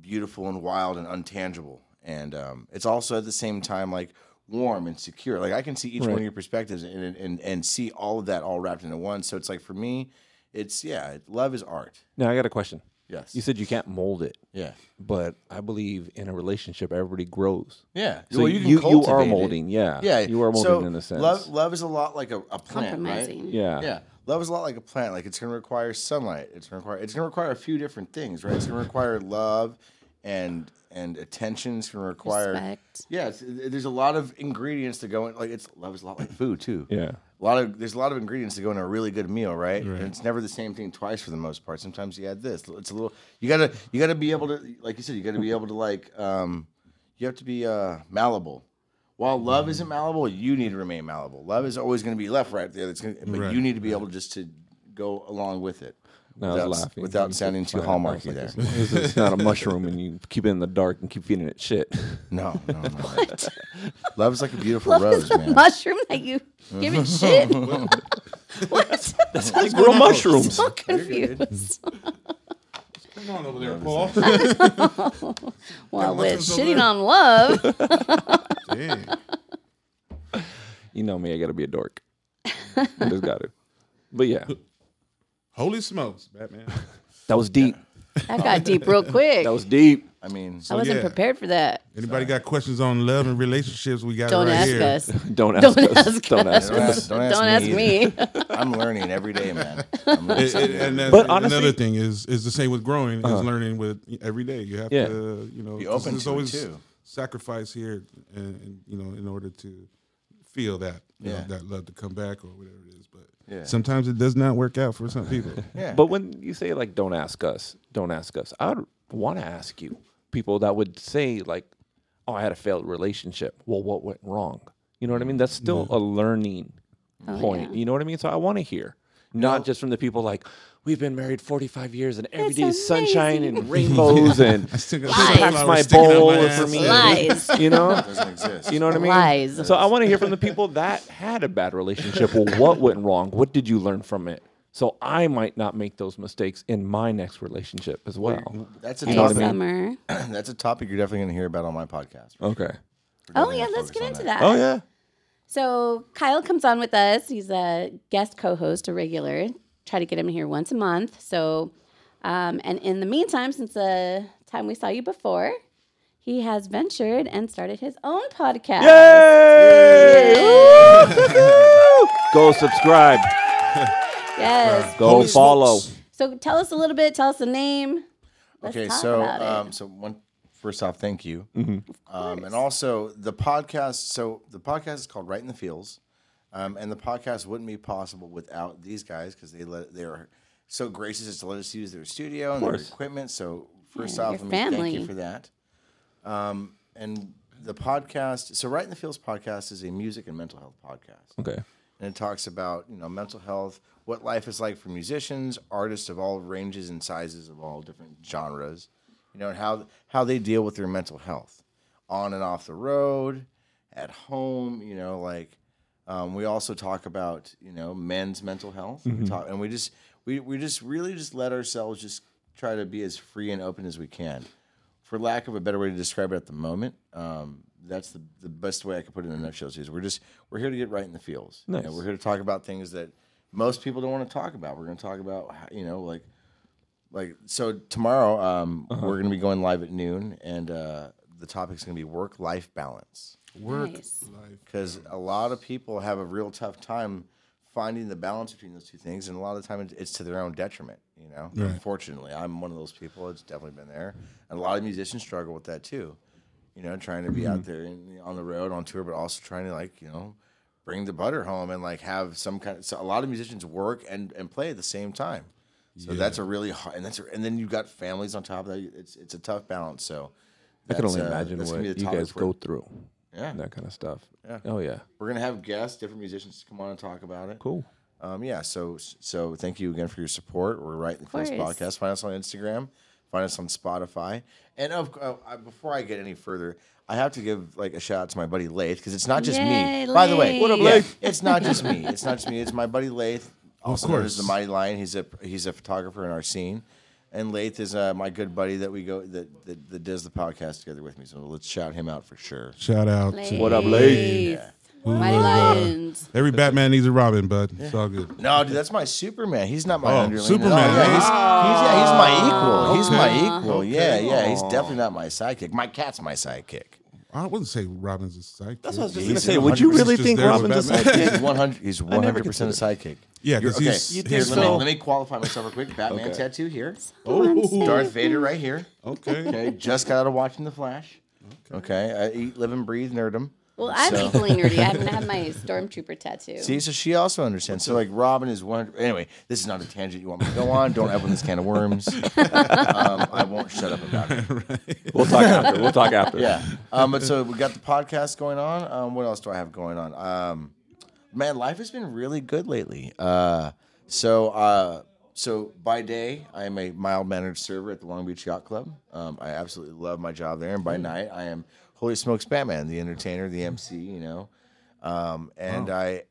Speaker 4: beautiful and wild and untangible, and um, it's also at the same time like warm and secure. Like I can see each one of your perspectives and, and and see all of that all wrapped into one. So it's like for me, it's yeah, it- love is art.
Speaker 2: Now I got a question.
Speaker 4: Yes.
Speaker 2: You said you can't mold it,
Speaker 4: yeah.
Speaker 2: but I believe in a relationship, everybody grows.
Speaker 4: Yeah.
Speaker 2: So
Speaker 4: Well,
Speaker 2: you
Speaker 4: can
Speaker 2: you, are
Speaker 4: cultivate it.
Speaker 2: molding, yeah.
Speaker 4: Yeah.
Speaker 2: you are molding
Speaker 4: So
Speaker 2: in a sense.
Speaker 4: Love, love is a lot like a, a plant, right?
Speaker 1: compromising.
Speaker 2: yeah.
Speaker 4: Yeah. Love is a lot like a plant. Like it's gonna require sunlight. It's gonna require it's gonna require a few different things, right? It's gonna require love and and attention. It's gonna require
Speaker 1: Respect.
Speaker 4: Yeah, it's, there's a lot of ingredients to go in like it's love is a lot like food too.
Speaker 2: Yeah.
Speaker 4: A lot of there's a lot of ingredients to go in a really good meal, right? And it's never the same thing twice for the most part. Sometimes you add this. It's a little you gotta you gotta be able to like you said, you gotta be able to like um you have to be uh malleable. While love isn't malleable, you need to remain malleable. Love is always gonna be left, right there. It's gonna, but
Speaker 3: Right,
Speaker 4: you need to be able just to go along with it.
Speaker 2: No, I
Speaker 4: without,
Speaker 2: was laughing.
Speaker 4: without sounding too
Speaker 2: I was
Speaker 4: hallmarky
Speaker 2: like,
Speaker 4: there.
Speaker 2: As long as it's not a mushroom and you keep it in the dark and keep feeding it shit.
Speaker 4: No, no, no. Love is like a beautiful
Speaker 1: Love
Speaker 4: rose,
Speaker 1: is a
Speaker 4: man.
Speaker 1: mushroom that you give it shit. what?
Speaker 2: They grow mushrooms.
Speaker 1: so confused.
Speaker 3: Come on over there, Paul.
Speaker 1: Well, with
Speaker 3: mushrooms over
Speaker 1: shitting
Speaker 3: there.
Speaker 1: on love,
Speaker 3: Damn.
Speaker 2: You know me, I gotta be a dork. I just gotta. But yeah.
Speaker 3: Holy smokes, Batman.
Speaker 2: That was deep.
Speaker 1: that got deep real quick.
Speaker 2: That was deep.
Speaker 4: I mean,
Speaker 1: I wasn't
Speaker 3: yeah.
Speaker 1: prepared for that.
Speaker 3: Anybody got questions on love and relationships? We got it
Speaker 1: Don't
Speaker 3: right
Speaker 1: ask
Speaker 3: here.
Speaker 1: us.
Speaker 2: Don't ask
Speaker 1: Don't
Speaker 2: us.
Speaker 1: ask
Speaker 2: Don't ask
Speaker 4: don't
Speaker 2: us.
Speaker 4: ask, don't ask
Speaker 1: Don't ask me.
Speaker 4: I'm learning every day, man. I'm learning
Speaker 3: It- it-
Speaker 4: something.
Speaker 3: and that's
Speaker 2: But honestly-
Speaker 3: another thing is is the same with growing is learning with every day. You have
Speaker 2: Uh-huh. Yeah.
Speaker 3: to, you know,
Speaker 4: Be
Speaker 3: 'cause
Speaker 4: open
Speaker 3: there's
Speaker 4: to it,
Speaker 3: always
Speaker 4: too.
Speaker 3: sacrifice here, and, and you know, in order to feel that, you know,
Speaker 4: Yeah.
Speaker 3: that love to come back or whatever it is. But
Speaker 4: Yeah.
Speaker 3: sometimes it does not work out for some people.
Speaker 4: yeah.
Speaker 2: But when you say like, "Don't ask us," "Don't ask us," I would want to ask you people that would say like, "Oh, I had a failed relationship." Well, what went wrong? You know what I mean? That's still
Speaker 3: Mm-hmm.
Speaker 2: a learning point. You know what I mean? So I want to hear, not just from the people like, "We've been married 45 years and every
Speaker 1: That's
Speaker 2: day is sunshine and rainbows and
Speaker 3: I still got
Speaker 1: Lies.
Speaker 3: sunflowers
Speaker 2: packs my
Speaker 3: sticking out
Speaker 2: bowl
Speaker 3: ass.
Speaker 2: for me."
Speaker 1: Lies.
Speaker 2: You know?
Speaker 4: doesn't exist.
Speaker 2: You know what I mean?
Speaker 1: Lies.
Speaker 2: So I want to hear from the people that had a bad relationship. Well, what went wrong? What did you learn from it? So I might not make those mistakes in my next relationship as well.
Speaker 4: that's a
Speaker 1: Hey,
Speaker 4: topic.
Speaker 1: Summer.
Speaker 4: That's a topic you're definitely going to hear about on my podcast.
Speaker 2: Okay.
Speaker 1: Oh yeah, let's get into that.
Speaker 2: Oh yeah.
Speaker 1: So Kyle comes on with us. He's a guest co-host, a regular. Try to get him here once a month. So, um, and in the meantime, since the time we saw you before, he has ventured and started his own podcast.
Speaker 2: Yay!
Speaker 1: Yes.
Speaker 2: Go subscribe.
Speaker 1: Yes.
Speaker 2: Go follow.
Speaker 1: So tell us a little bit. Tell us the name. Let's
Speaker 4: okay,
Speaker 1: talk
Speaker 4: so
Speaker 1: about it.
Speaker 4: um, so one first off, thank you. Um, and also the podcast. So the podcast is called Right in the Fields, um, and the podcast wouldn't be possible without these guys because they let they are so gracious as to let us use their studio and their
Speaker 2: course.
Speaker 4: equipment. So first
Speaker 1: Yeah,
Speaker 4: off,
Speaker 1: your
Speaker 4: let me thank
Speaker 1: family.
Speaker 4: you for that. Um, and the podcast. So Right in the Fields podcast is a music and mental health podcast
Speaker 2: Okay.
Speaker 4: and it talks about you know mental health, what life is like for musicians, artists of all ranges and sizes of all different genres, you know, and how how they deal with their mental health, on and off the road, at home, you know, like um, we also talk about you know men's mental health, we talk, and we just we we just really just let ourselves just try to be as free and open as we can. For lack of a better way to describe it at the moment, um, that's the, the best way I could put it in a nutshell. Is we're just we're here to get right in the fields. You know,
Speaker 2: Nice.
Speaker 4: we're here to talk about things that most people don't want to talk about. We're going to talk about how- you know like like so tomorrow um, we're going to be going live at noon, and uh, the topic's going to be work life balance
Speaker 3: Work
Speaker 1: Nice.
Speaker 3: life.
Speaker 4: because a lot of people have a real tough time finding the balance between those two things, and a lot of the time it's, it's to their own detriment. You know, unfortunately, I'm one of those people. It's definitely been there, and a lot of musicians struggle with that too. you know, trying to be
Speaker 2: Mm-hmm.
Speaker 4: out there and on the road on tour, but also trying to like you know bring the butter home and like have some kind of. So a lot of musicians work and and play at the same time, so that's a really hard and that's a, and then you've got families on top of that. It's it's a tough balance. So
Speaker 2: I can
Speaker 4: that's,
Speaker 2: only
Speaker 4: uh,
Speaker 2: imagine
Speaker 4: that's
Speaker 2: what
Speaker 4: gonna be
Speaker 2: you
Speaker 4: the topic
Speaker 2: guys
Speaker 4: for-
Speaker 2: go through.
Speaker 4: Yeah.
Speaker 2: and that kind of stuff.
Speaker 4: Yeah.
Speaker 2: Oh yeah.
Speaker 4: We're gonna have guests, different musicians, come on and talk about it.
Speaker 2: Cool.
Speaker 4: Um, yeah. So so thank you again for your support. We're right in the first
Speaker 1: course.
Speaker 4: podcast. Find us on Instagram. Find us on Spotify. And of uh, I- before I get any further, I have to give like a shout out to my buddy Lath because it's not just
Speaker 1: Yay,
Speaker 4: me. By the way,
Speaker 1: What up,
Speaker 4: yeah,
Speaker 1: Lath?
Speaker 4: it's not just me. It's not just me. It's my buddy Lath. Also known as
Speaker 3: course.
Speaker 4: the Mighty Lion. He's a he's a photographer in our scene. And Lath is uh, my good buddy that we go that, that that does the podcast together with me. So let's shout him out for sure.
Speaker 3: Shout out to
Speaker 2: What up, Lee?
Speaker 1: Leith.
Speaker 3: Who
Speaker 1: Mighty
Speaker 3: was, uh,
Speaker 1: Lions.
Speaker 3: Every Batman needs a Robin, bud. It's all good.
Speaker 4: No, dude, that's my Superman. He's not my
Speaker 3: Oh,
Speaker 4: underling.
Speaker 3: Superman.
Speaker 4: Oh, yeah, he's, he's, yeah, he's my equal. He's my
Speaker 3: Okay.
Speaker 4: equal. Yeah, yeah. He's definitely not my sidekick. My cat's my sidekick.
Speaker 3: I wouldn't say Robin's a psychic.
Speaker 2: That's what I was just
Speaker 4: gonna
Speaker 2: gonna
Speaker 4: He's say,
Speaker 2: say.
Speaker 4: in
Speaker 2: Would you
Speaker 4: 100%
Speaker 2: really
Speaker 3: just
Speaker 2: think
Speaker 3: there with
Speaker 2: Robin's a
Speaker 3: Batman.
Speaker 2: sidekick?
Speaker 4: He's one hundred. He's one
Speaker 2: never
Speaker 4: hundred percent a sidekick.
Speaker 3: Yeah, 'cause
Speaker 4: You're- okay.
Speaker 3: he's-
Speaker 4: here,
Speaker 3: he's
Speaker 4: let me,
Speaker 3: so-
Speaker 4: let me qualify myself real quick. Batman tattoo here.
Speaker 3: Oh,
Speaker 4: Darth Vader right here.
Speaker 3: okay.
Speaker 4: Okay, just got out of watching The Flash. Okay, I eat, live, and breathe nerdum.
Speaker 1: Well, I'm
Speaker 4: So-
Speaker 1: equally nerdy. I'm gonna have my stormtrooper tattoo.
Speaker 4: See, so she also understands. So, like, Robin is one. Anyway, this is not a tangent you want me to go on. Don't open this can of worms. um, I won't shut up about it.
Speaker 2: We'll talk after. We'll talk after.
Speaker 4: yeah. Um, but so we got the podcast going on. Um, what else do I have going on? Um, man, life has been really good lately. Uh, so uh, so by day, I am a mild mannered server at the Long Beach Yacht Club. Um, I absolutely love my job there. And by night, I am holy smokes, Batman, the entertainer, the MC. You know, um, and I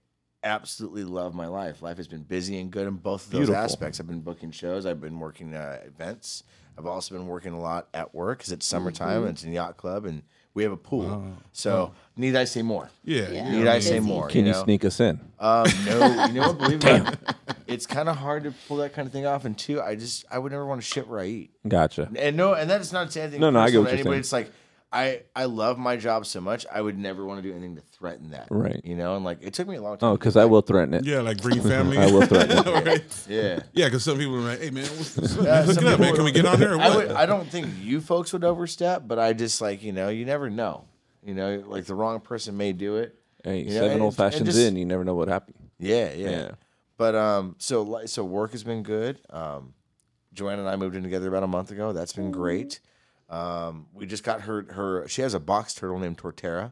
Speaker 4: absolutely love my life. Life has been busy and good in both of those
Speaker 2: Beautiful.
Speaker 4: aspects. I've been booking shows. I've been working uh, events. I've also been working a lot at work because it's summertime
Speaker 2: Mm-hmm.
Speaker 4: and it's in yacht club and we have a pool. So need I say more?
Speaker 3: Yeah.
Speaker 1: Yeah.
Speaker 3: you
Speaker 4: Need
Speaker 3: know,
Speaker 4: I say
Speaker 1: Busy.
Speaker 4: more?
Speaker 2: Can you,
Speaker 4: know?
Speaker 2: sneak us in?
Speaker 4: Um, no, you know what? Believe it or not, it's kind of hard to pull that kind of thing off. And two, I just I would never want to shit where I eat.
Speaker 2: Gotcha.
Speaker 4: And no, and that's not to say anything.
Speaker 2: No, no, I get
Speaker 4: personal
Speaker 2: what
Speaker 4: to
Speaker 2: you're
Speaker 4: anybody.
Speaker 2: saying.
Speaker 4: It's like I I love my job so much. I would never want to do anything to threaten that.
Speaker 2: Right.
Speaker 4: You know, and like it took me a long time.
Speaker 2: Oh, because I will threaten it.
Speaker 3: yeah, like bring family.
Speaker 2: I will threaten it.
Speaker 4: yeah.
Speaker 3: yeah, because some people are like, hey, man, what's what's up?
Speaker 4: Yeah,
Speaker 3: Hook
Speaker 4: some
Speaker 3: it up,
Speaker 4: people
Speaker 3: man. Can we
Speaker 4: would-
Speaker 3: get on there or
Speaker 4: I
Speaker 3: what?
Speaker 4: would. I don't think you folks would overstep, but I just like you know, you never know. You know, like the wrong person may do it.
Speaker 2: Hey,
Speaker 4: You know,
Speaker 2: seven
Speaker 4: and-
Speaker 2: old
Speaker 4: and
Speaker 2: fashions
Speaker 4: just-
Speaker 2: in. You never know what happened.
Speaker 4: Yeah, yeah.
Speaker 2: Yeah.
Speaker 4: But um, so li- so work has been good. Um, Joanne and I moved in together about a month ago. That's been great. Um, we just got her her. She has a box turtle named Torterra.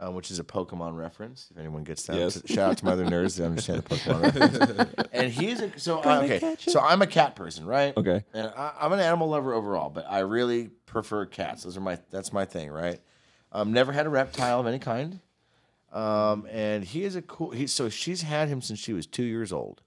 Speaker 4: Um, which is a Pokemon reference. If anyone gets that,
Speaker 2: Yes.
Speaker 4: shout out to my other nerds that understand the Pokemon reference. And he's a, so uh, okay. So I'm a cat person, right?
Speaker 2: Okay.
Speaker 4: And I, I'm an animal lover overall, but I really prefer cats. Those are my that's my thing, right? Um, never had a reptile of any kind. Um, and he is a cool. He so she's had him since she was two years old.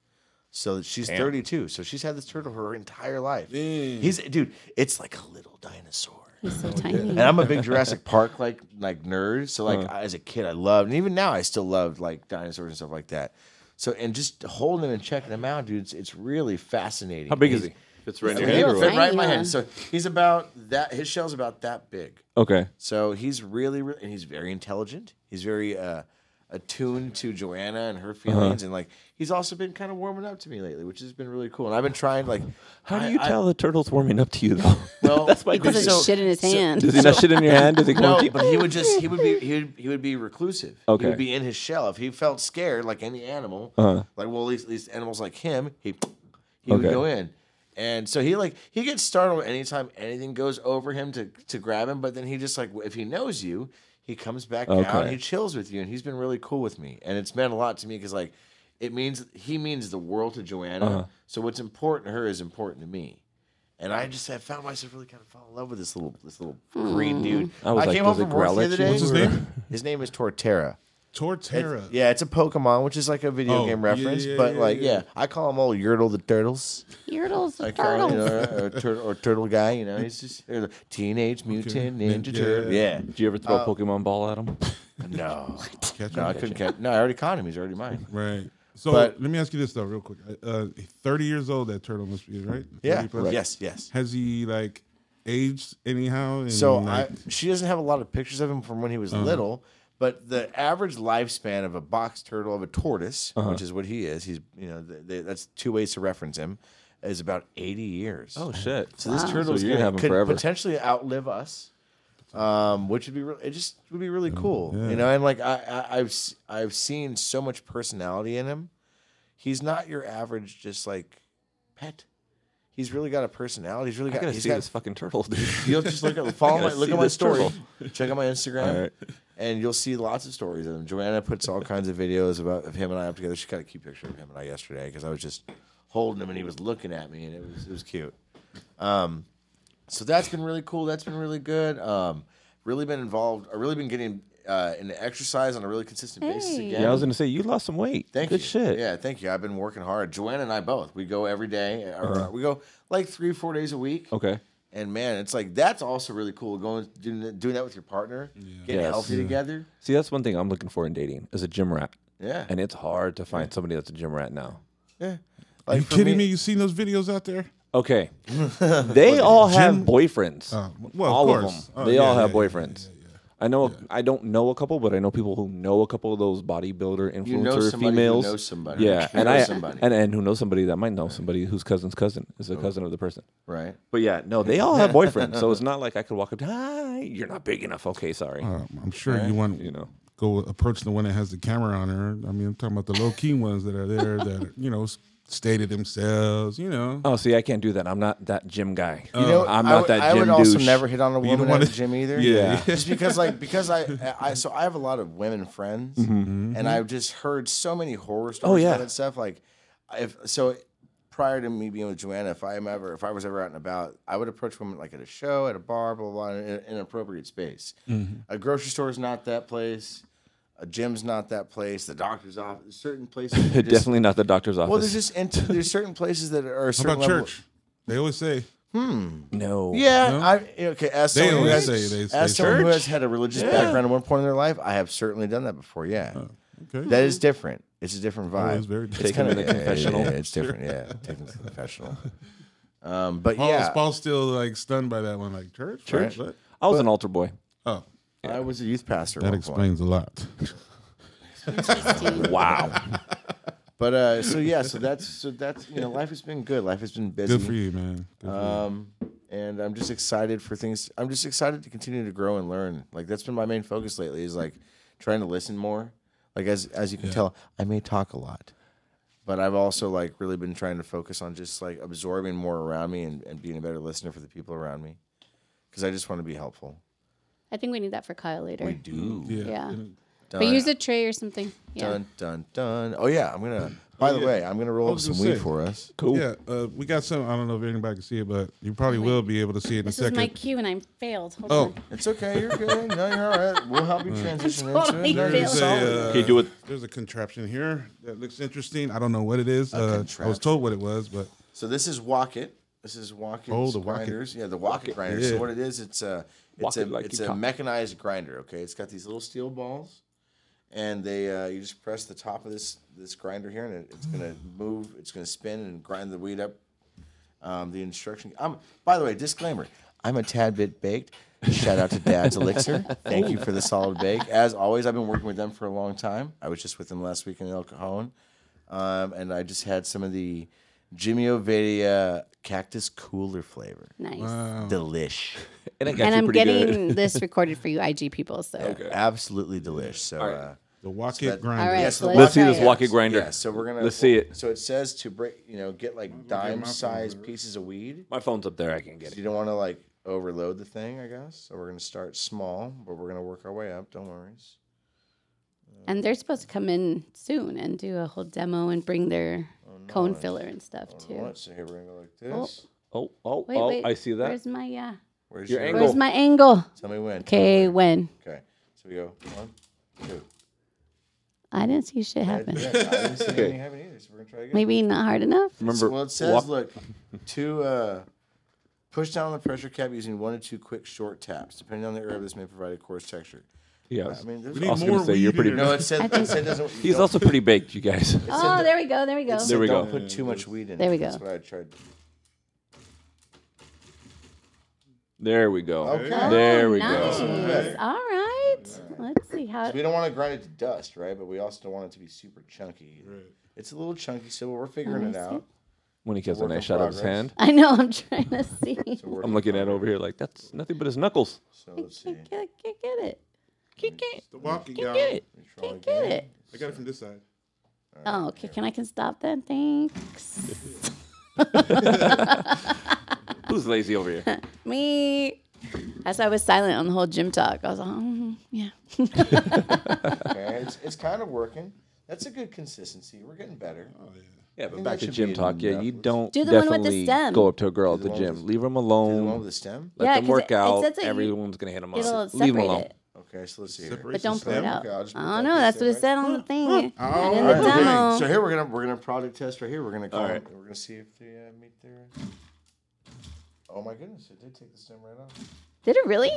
Speaker 4: So she's 32. So she's had this turtle her entire life. He's dude. It's like a little dinosaur.
Speaker 1: He's so tiny.
Speaker 4: Oh, And I'm a big Jurassic Park like like nerd. So like
Speaker 2: Uh-huh.
Speaker 4: I- as a kid, I loved, and even now I still love like dinosaurs and stuff like that. So and just holding them and checking them out, dude. It's, it's really fascinating.
Speaker 2: How big is
Speaker 4: He's-
Speaker 2: he? Fits right
Speaker 4: I mean, he'll fit
Speaker 1: what?
Speaker 4: right in my
Speaker 1: Tiny
Speaker 4: hand. So he's about that. His shell's about that big.
Speaker 2: Okay.
Speaker 4: So he's really, really and he's very intelligent. He's very uh, attuned to Joanna and
Speaker 2: Uh-huh.
Speaker 4: her feelings, and like he's also been kind of warming up to me lately, which has been really cool. And I've been trying like,
Speaker 2: How
Speaker 4: I-
Speaker 2: do you
Speaker 4: I-
Speaker 2: tell the turtle's warming up to you though?
Speaker 4: Well,
Speaker 2: that's my
Speaker 4: because
Speaker 2: question.
Speaker 1: Doesn't
Speaker 4: so-
Speaker 1: shit in his hand.
Speaker 2: Does he not shit in your hand? Does he come up
Speaker 4: No,
Speaker 2: to you?
Speaker 4: but he would just he would be he would, he would be reclusive. He
Speaker 2: Okay. Uh-huh.
Speaker 4: would be in his shell. If he felt scared like any animal, like well at least, at least animals like him, he he would
Speaker 2: Okay.
Speaker 4: go in. And so he like he gets startled anytime anything goes over him to to grab him, but then he just like if he knows you, he comes back down,
Speaker 2: Okay.
Speaker 4: he chills with you, and he's been really cool with me. And it's meant a lot to me because like it means he means the world to Joanna.
Speaker 2: Uh-huh.
Speaker 4: So what's important to her is important to me. And I just I found myself really kind of fell in love with this little this little green dude.
Speaker 2: Hmm. I was like,
Speaker 4: came home
Speaker 2: does
Speaker 4: from
Speaker 2: it
Speaker 4: work
Speaker 2: growl
Speaker 4: the
Speaker 2: at
Speaker 4: other
Speaker 2: you?
Speaker 4: day.
Speaker 2: What's
Speaker 3: his name?
Speaker 4: His name is Torterra.
Speaker 3: Torterra.
Speaker 4: Yeah, it's a Pokemon, which is like a video
Speaker 3: Oh,
Speaker 4: game
Speaker 3: yeah,
Speaker 4: reference,
Speaker 3: yeah,
Speaker 4: but
Speaker 3: yeah,
Speaker 4: like, yeah.
Speaker 3: yeah.
Speaker 4: I call him old Yertle the Turtles.
Speaker 1: Turtles,
Speaker 4: I call
Speaker 1: turtles.
Speaker 4: him, you know, or, or, tur- or Turtle Guy. You know, he's just or the Teenage Mutant
Speaker 3: Nin-
Speaker 4: Ninja Turtle. Yeah,
Speaker 3: yeah.
Speaker 2: Did you ever throw a Pokemon ball at him?
Speaker 4: no,
Speaker 3: Catch
Speaker 4: no, I
Speaker 3: him.
Speaker 4: couldn't catch. No, I already caught him. He's already mine.
Speaker 3: Right. So
Speaker 4: But-
Speaker 3: let me ask you this though, real quick. Uh, Thirty years old, that turtle must be right. 30
Speaker 4: Yeah.
Speaker 3: plus?
Speaker 4: Yes. Yes.
Speaker 3: Has he like aged anyhow? And,
Speaker 4: So I,
Speaker 3: like,
Speaker 4: she doesn't have a lot of pictures of him from when he was little, but the average lifespan of a box turtle of a tortoise, which is what he is, he's you know th th that's two ways to reference him, is about eighty years.
Speaker 2: Oh shit!
Speaker 4: so this
Speaker 2: Wow.
Speaker 4: turtle's
Speaker 2: So you're
Speaker 4: gonna,
Speaker 2: gonna have him
Speaker 4: could
Speaker 2: forever.
Speaker 4: potentially outlive us. um, which would be re- it just would be really Mm, cool,
Speaker 3: yeah.
Speaker 4: you know. And like I, I, I've s- I've seen so much personality in him. He's not your average just like pet. He's really got a personality. He's really
Speaker 2: I
Speaker 4: got.
Speaker 2: gotta
Speaker 4: he's
Speaker 2: see
Speaker 4: got-
Speaker 2: this fucking turtle, dude.
Speaker 4: You'll just look at follow my
Speaker 2: gotta
Speaker 4: look
Speaker 2: see
Speaker 4: at my
Speaker 2: this
Speaker 4: story,
Speaker 2: turtle.
Speaker 4: check out my Instagram,
Speaker 2: All right.
Speaker 4: and you'll see lots of stories of him. Joanna puts all kinds of videos about of him and I up together. She got a cute picture of him and I yesterday because I was just holding him and he was looking at me and it was it was cute. Um, so that's been really cool. That's been really good. Um, really been involved. I really been getting uh, into exercise on a really consistent basis
Speaker 1: Hey.
Speaker 4: again.
Speaker 2: yeah, I was gonna say you lost some weight.
Speaker 4: Thank
Speaker 2: Good
Speaker 4: you.
Speaker 2: shit.
Speaker 4: Yeah, thank you. I've been working hard. Joanna and I both. We go every day. or,
Speaker 2: Uh-huh.
Speaker 4: uh, We go like three, four days a week.
Speaker 2: Okay.
Speaker 4: And man, it's like that's also really cool. Going doing that, doing that with your partner, getting
Speaker 2: Yes.
Speaker 4: healthy together.
Speaker 2: See, that's one thing I'm looking for in dating is a gym rat,
Speaker 4: Yeah,
Speaker 2: and it's hard to find somebody that's a gym rat now.
Speaker 4: yeah.
Speaker 3: Are
Speaker 4: Like
Speaker 3: you
Speaker 4: for
Speaker 3: kidding me? You seen those videos out there?
Speaker 2: Okay. they all have boyfriends.
Speaker 3: Uh, well, of
Speaker 2: all of,
Speaker 3: course.
Speaker 2: them.
Speaker 3: Oh,
Speaker 2: they
Speaker 3: yeah,
Speaker 2: all
Speaker 3: yeah,
Speaker 2: have
Speaker 3: yeah,
Speaker 2: boyfriends. I know. I don't know a couple, but I know people who know a couple of those bodybuilder influencer
Speaker 4: You know somebody who
Speaker 2: females.
Speaker 4: knows somebody.
Speaker 2: Yeah,
Speaker 4: You
Speaker 2: and
Speaker 4: know
Speaker 2: I
Speaker 4: somebody.
Speaker 2: and and who knows somebody that might know somebody whose cousin's cousin is a
Speaker 4: Oh.
Speaker 2: cousin of the person.
Speaker 4: Right.
Speaker 2: But yeah, no, they all have boyfriends, so it's not like I could walk up. to, Hi, you're not big enough. Okay, sorry.
Speaker 4: Uh.
Speaker 3: Um, I'm sure you want
Speaker 2: You know.
Speaker 3: go approach the one that has the camera on her. I mean, I'm talking about the low key ones that are there that are, you know s- stay to themselves. You know,
Speaker 2: Oh, see, I can't do that. I'm not that gym guy.
Speaker 4: You know,
Speaker 2: Oh, I'm
Speaker 4: I
Speaker 2: not
Speaker 4: would-
Speaker 2: that
Speaker 4: I
Speaker 2: gym
Speaker 4: would also
Speaker 2: douche.
Speaker 4: never hit on a
Speaker 3: don't
Speaker 4: woman at
Speaker 3: wanna-
Speaker 4: the gym either.
Speaker 2: Yeah.
Speaker 4: Just because, like, because I, I, so I have a lot of women friends,
Speaker 3: Mm-hmm.
Speaker 4: and I've just heard so many horror stories
Speaker 2: Mm-hmm. Oh, yeah.
Speaker 4: about that stuff. Like, if so, prior to me being with Joanna, if I am ever, if I was ever out and about, I would approach women like at a show, at a bar, blah blah, blah in an inappropriate space.
Speaker 2: Mm-hmm.
Speaker 4: A grocery store is not that place. A gym's not that place. The doctor's office, certain places. you just-
Speaker 2: Definitely not the doctor's office.
Speaker 4: Well, there's just int- there's certain places that are a
Speaker 3: How
Speaker 4: certain
Speaker 3: about
Speaker 4: level-
Speaker 3: church? They always say
Speaker 2: no.
Speaker 4: Yeah,
Speaker 3: No?
Speaker 4: I okay. As
Speaker 3: They
Speaker 4: someone, who has,
Speaker 3: always say- they
Speaker 4: as
Speaker 3: say
Speaker 4: someone who
Speaker 3: church.
Speaker 4: has had a religious background at one point in their life, I have certainly done that before. Yeah,
Speaker 3: Oh, okay.
Speaker 4: that is different. It's a different vibe.
Speaker 3: is very
Speaker 4: it's
Speaker 3: different.
Speaker 4: kind of
Speaker 2: Taken in a confessional.
Speaker 4: Yeah, it's different. Yeah, taking the confessional. Um, but
Speaker 3: Paul,
Speaker 4: yeah,
Speaker 3: Paul's still like stunned by that one. Like church,
Speaker 4: Church?
Speaker 3: What?
Speaker 2: I was an altar boy.
Speaker 3: Oh,
Speaker 4: I was a youth pastor. at
Speaker 3: that
Speaker 4: one point.
Speaker 3: explains a lot.
Speaker 1: Interesting.
Speaker 2: Wow.
Speaker 4: But uh, so yeah, so that's so that's you know, life has been good. Life has been busy.
Speaker 3: Good for you, man. Good for
Speaker 4: Um, and I'm just excited for things. I'm just excited to continue to grow and learn. Like that's been my main focus lately is like trying to listen more. Like as as you can tell, I may talk a lot, but I've also like really been trying to focus on just like absorbing more around me and, and being a better listener for the people around me, because I just want to be helpful.
Speaker 1: I think we need that for Kyle later.
Speaker 4: We do.
Speaker 3: you.
Speaker 1: Yeah.
Speaker 4: Done.
Speaker 1: But use a tray or something. Yeah.
Speaker 4: Dun dun dun. Oh yeah, I'm gonna. By the
Speaker 3: yeah.
Speaker 4: way, I'm gonna roll
Speaker 3: I
Speaker 4: up
Speaker 3: was
Speaker 4: some
Speaker 3: gonna
Speaker 4: weed
Speaker 3: say.
Speaker 4: for us.
Speaker 2: Cool.
Speaker 3: Yeah, uh, we got some. I don't know if anybody can see it, but you probably will be able to see it in
Speaker 1: This
Speaker 3: a
Speaker 1: is
Speaker 3: second.
Speaker 1: my cue and I failed. Hold
Speaker 3: Oh.
Speaker 1: on.
Speaker 4: It's okay. You're good. No, you're all right. We'll help you transition
Speaker 1: totally
Speaker 4: into it.
Speaker 1: failing.
Speaker 3: There's a, uh,
Speaker 2: Okay, do it.
Speaker 3: There's a contraption here that looks interesting. I don't know what it is. Uh, I was
Speaker 4: contraption.
Speaker 3: told what it was, but
Speaker 4: So this is Wocket. This is Wocket
Speaker 3: Oh, the Wocket.
Speaker 4: grinders. Yeah, the Wocket grinders. So
Speaker 3: yeah.
Speaker 4: what it is, it's uh, a it's a
Speaker 2: Wocket like
Speaker 4: it's
Speaker 2: you
Speaker 4: a
Speaker 2: cock.
Speaker 4: mechanized grinder. Okay, it's got these little steel balls, and they uh, you just press the top of this this grinder here, and it, it's gonna move. It's gonna spin and grind the weed up. Um, the instruction. Um, by the way, disclaimer: I'm a tad bit baked. Shout out to Dad's Elixir. Thank you for the solid bake. As always, I've been working with them for a long time. I was just with them last week in El Cajon, um, and I just had some of the Jimmy Ovadia cactus cooler flavor.
Speaker 1: Nice.
Speaker 4: Delish,
Speaker 2: And, it got
Speaker 1: and
Speaker 2: you
Speaker 1: I'm
Speaker 2: pretty good.
Speaker 1: getting this recorded for you IG people. So
Speaker 4: absolutely delish. So.
Speaker 2: right.
Speaker 4: Uh,
Speaker 3: the walk it
Speaker 4: that-
Speaker 3: grinder.
Speaker 1: All right.
Speaker 4: Yes, the
Speaker 1: Let's
Speaker 2: Let's see
Speaker 1: try
Speaker 2: this
Speaker 1: it.
Speaker 2: walkie grinder.
Speaker 4: Yeah, so we're gonna
Speaker 2: Let's see it.
Speaker 4: So it says to break, you know, get like dime-sized pieces of weed.
Speaker 2: My phone's up there. I can get
Speaker 4: So
Speaker 2: it.
Speaker 4: you don't want to like overload the thing, I guess. So we're gonna start small, but we're gonna work our way up. Don't worry.
Speaker 1: and they're supposed to come in soon and do a whole demo and bring their cone filler and stuff
Speaker 4: All
Speaker 1: too.
Speaker 4: right, so here we're gonna go like this.
Speaker 2: Oh, oh,
Speaker 1: Wait,
Speaker 2: oh!
Speaker 1: wait.
Speaker 2: I see that.
Speaker 1: Where's my yeah?
Speaker 4: Where's
Speaker 2: Your angle.
Speaker 1: Where's my angle?
Speaker 4: Tell me when.
Speaker 1: Okay, when
Speaker 4: Okay. So we go one, two.
Speaker 1: I didn't see shit happen.
Speaker 4: Yeah, I didn't see anything happen either, so we're gonna try again.
Speaker 1: Maybe not hard enough.
Speaker 2: Remember,
Speaker 4: well, it says,
Speaker 2: walk-
Speaker 4: look, to uh, push down on the pressure cap using one or two quick short taps. Depending on the herb, this may provide a coarse texture.
Speaker 2: yeah.
Speaker 4: I mean, there's
Speaker 3: We need
Speaker 2: also
Speaker 3: more
Speaker 2: gonna say,
Speaker 3: weed
Speaker 2: you're pretty-
Speaker 3: in
Speaker 4: No,
Speaker 3: there.
Speaker 4: it said, it said doesn't.
Speaker 2: He's
Speaker 4: don't-
Speaker 2: also pretty baked, you guys.
Speaker 1: Oh, there we go. There we go.
Speaker 4: it said
Speaker 2: There we go.
Speaker 4: Don't put too much weed in.
Speaker 1: There
Speaker 4: it.
Speaker 1: we go.
Speaker 4: That's what I tried.
Speaker 2: There we go.
Speaker 4: Okay.
Speaker 2: There we
Speaker 1: Oh, nice.
Speaker 2: go.
Speaker 1: All right. Let's see how.
Speaker 4: We don't want to grind it to dust, right? But we also don't want it to be super chunky. It's a little chunky, so we're figuring it out.
Speaker 2: when he gets a
Speaker 4: Work
Speaker 2: nice
Speaker 4: in
Speaker 2: shot of his
Speaker 4: progress.
Speaker 2: hand.
Speaker 1: I know. I'm trying to see.
Speaker 4: It's a work
Speaker 2: I'm
Speaker 4: in
Speaker 2: looking at it
Speaker 4: progress.
Speaker 2: over here like that's nothing but his knuckles.
Speaker 4: So let's see.
Speaker 1: I can't, I can't get it. Can't get,
Speaker 3: The walking
Speaker 1: can't
Speaker 3: out.
Speaker 1: get it.
Speaker 4: Let me try
Speaker 1: Can't get
Speaker 4: again.
Speaker 1: it.
Speaker 3: I got it from this side.
Speaker 1: Oh, okay. Can I can stop that? Thanks.
Speaker 2: Who's lazy over here?
Speaker 1: Me. That's why I was silent on the whole gym talk. I was like, um, yeah.
Speaker 4: Okay, it's, it's kind of working. That's a good consistency. We're getting better.
Speaker 3: Oh yeah.
Speaker 2: Yeah,
Speaker 4: think
Speaker 2: but
Speaker 4: that
Speaker 2: back to
Speaker 4: should
Speaker 2: gym
Speaker 4: be
Speaker 2: talk. Yeah, you
Speaker 4: Netflix.
Speaker 2: don't
Speaker 1: Do the one with the
Speaker 2: definitely
Speaker 1: stem.
Speaker 2: go up to a girl at the
Speaker 4: the one with
Speaker 2: gym.
Speaker 4: the-
Speaker 2: Leave them
Speaker 4: Do the one
Speaker 2: alone.
Speaker 4: with the stem.
Speaker 2: Let
Speaker 1: Yeah,
Speaker 2: them
Speaker 1: 'cause
Speaker 2: work
Speaker 1: it- it
Speaker 2: out.
Speaker 1: says that you-
Speaker 2: Everyone's gonna hit them
Speaker 1: It'll
Speaker 2: up. Leave them
Speaker 1: separate
Speaker 2: alone.
Speaker 1: it,
Speaker 4: Okay, so let's see here.
Speaker 3: Separate
Speaker 1: but don't put it
Speaker 3: Okay,
Speaker 1: out.
Speaker 4: I'll just put
Speaker 1: I don't
Speaker 4: that
Speaker 1: know.
Speaker 4: to
Speaker 1: That's
Speaker 4: the
Speaker 1: what it
Speaker 4: side,
Speaker 1: said on the thing.
Speaker 3: Oh,
Speaker 1: And in the
Speaker 3: all right.
Speaker 1: demo.
Speaker 4: So here we're gonna we're gonna product test right here. We're gonna call.
Speaker 2: All right.
Speaker 4: We're gonna see if they uh, meet their. Oh my goodness! It did take the stem right off.
Speaker 1: Did it really?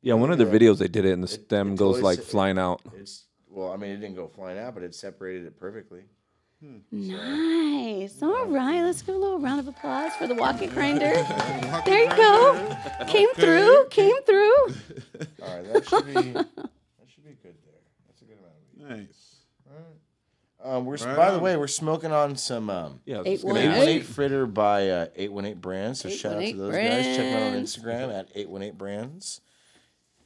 Speaker 2: Yeah, one of the
Speaker 4: Yeah.
Speaker 2: videos they did it, and the
Speaker 4: It-
Speaker 2: stem
Speaker 4: it
Speaker 2: goes
Speaker 4: totally
Speaker 2: like
Speaker 4: se-
Speaker 2: flying out.
Speaker 4: It's well, I mean, it didn't go flying out, but it separated it perfectly.
Speaker 1: Nice. All right. Let's give a little round of applause for the walking grinder. There you go. Came through. Came through.
Speaker 4: All right, that should be that should be good there. That's a good amount of meat.
Speaker 3: Nice.
Speaker 4: Um, we're s
Speaker 3: Right
Speaker 4: by the
Speaker 3: on.
Speaker 4: way, we're smoking on some um,
Speaker 2: Yeah, I was
Speaker 1: Eight
Speaker 2: just gonna
Speaker 1: one
Speaker 2: ask.
Speaker 1: eight.
Speaker 4: 818 Fritter by uh, 818 Brands. So shout out to
Speaker 1: 818
Speaker 4: those guys. Check them out on
Speaker 1: Brands.
Speaker 4: Instagram at 818 Brands.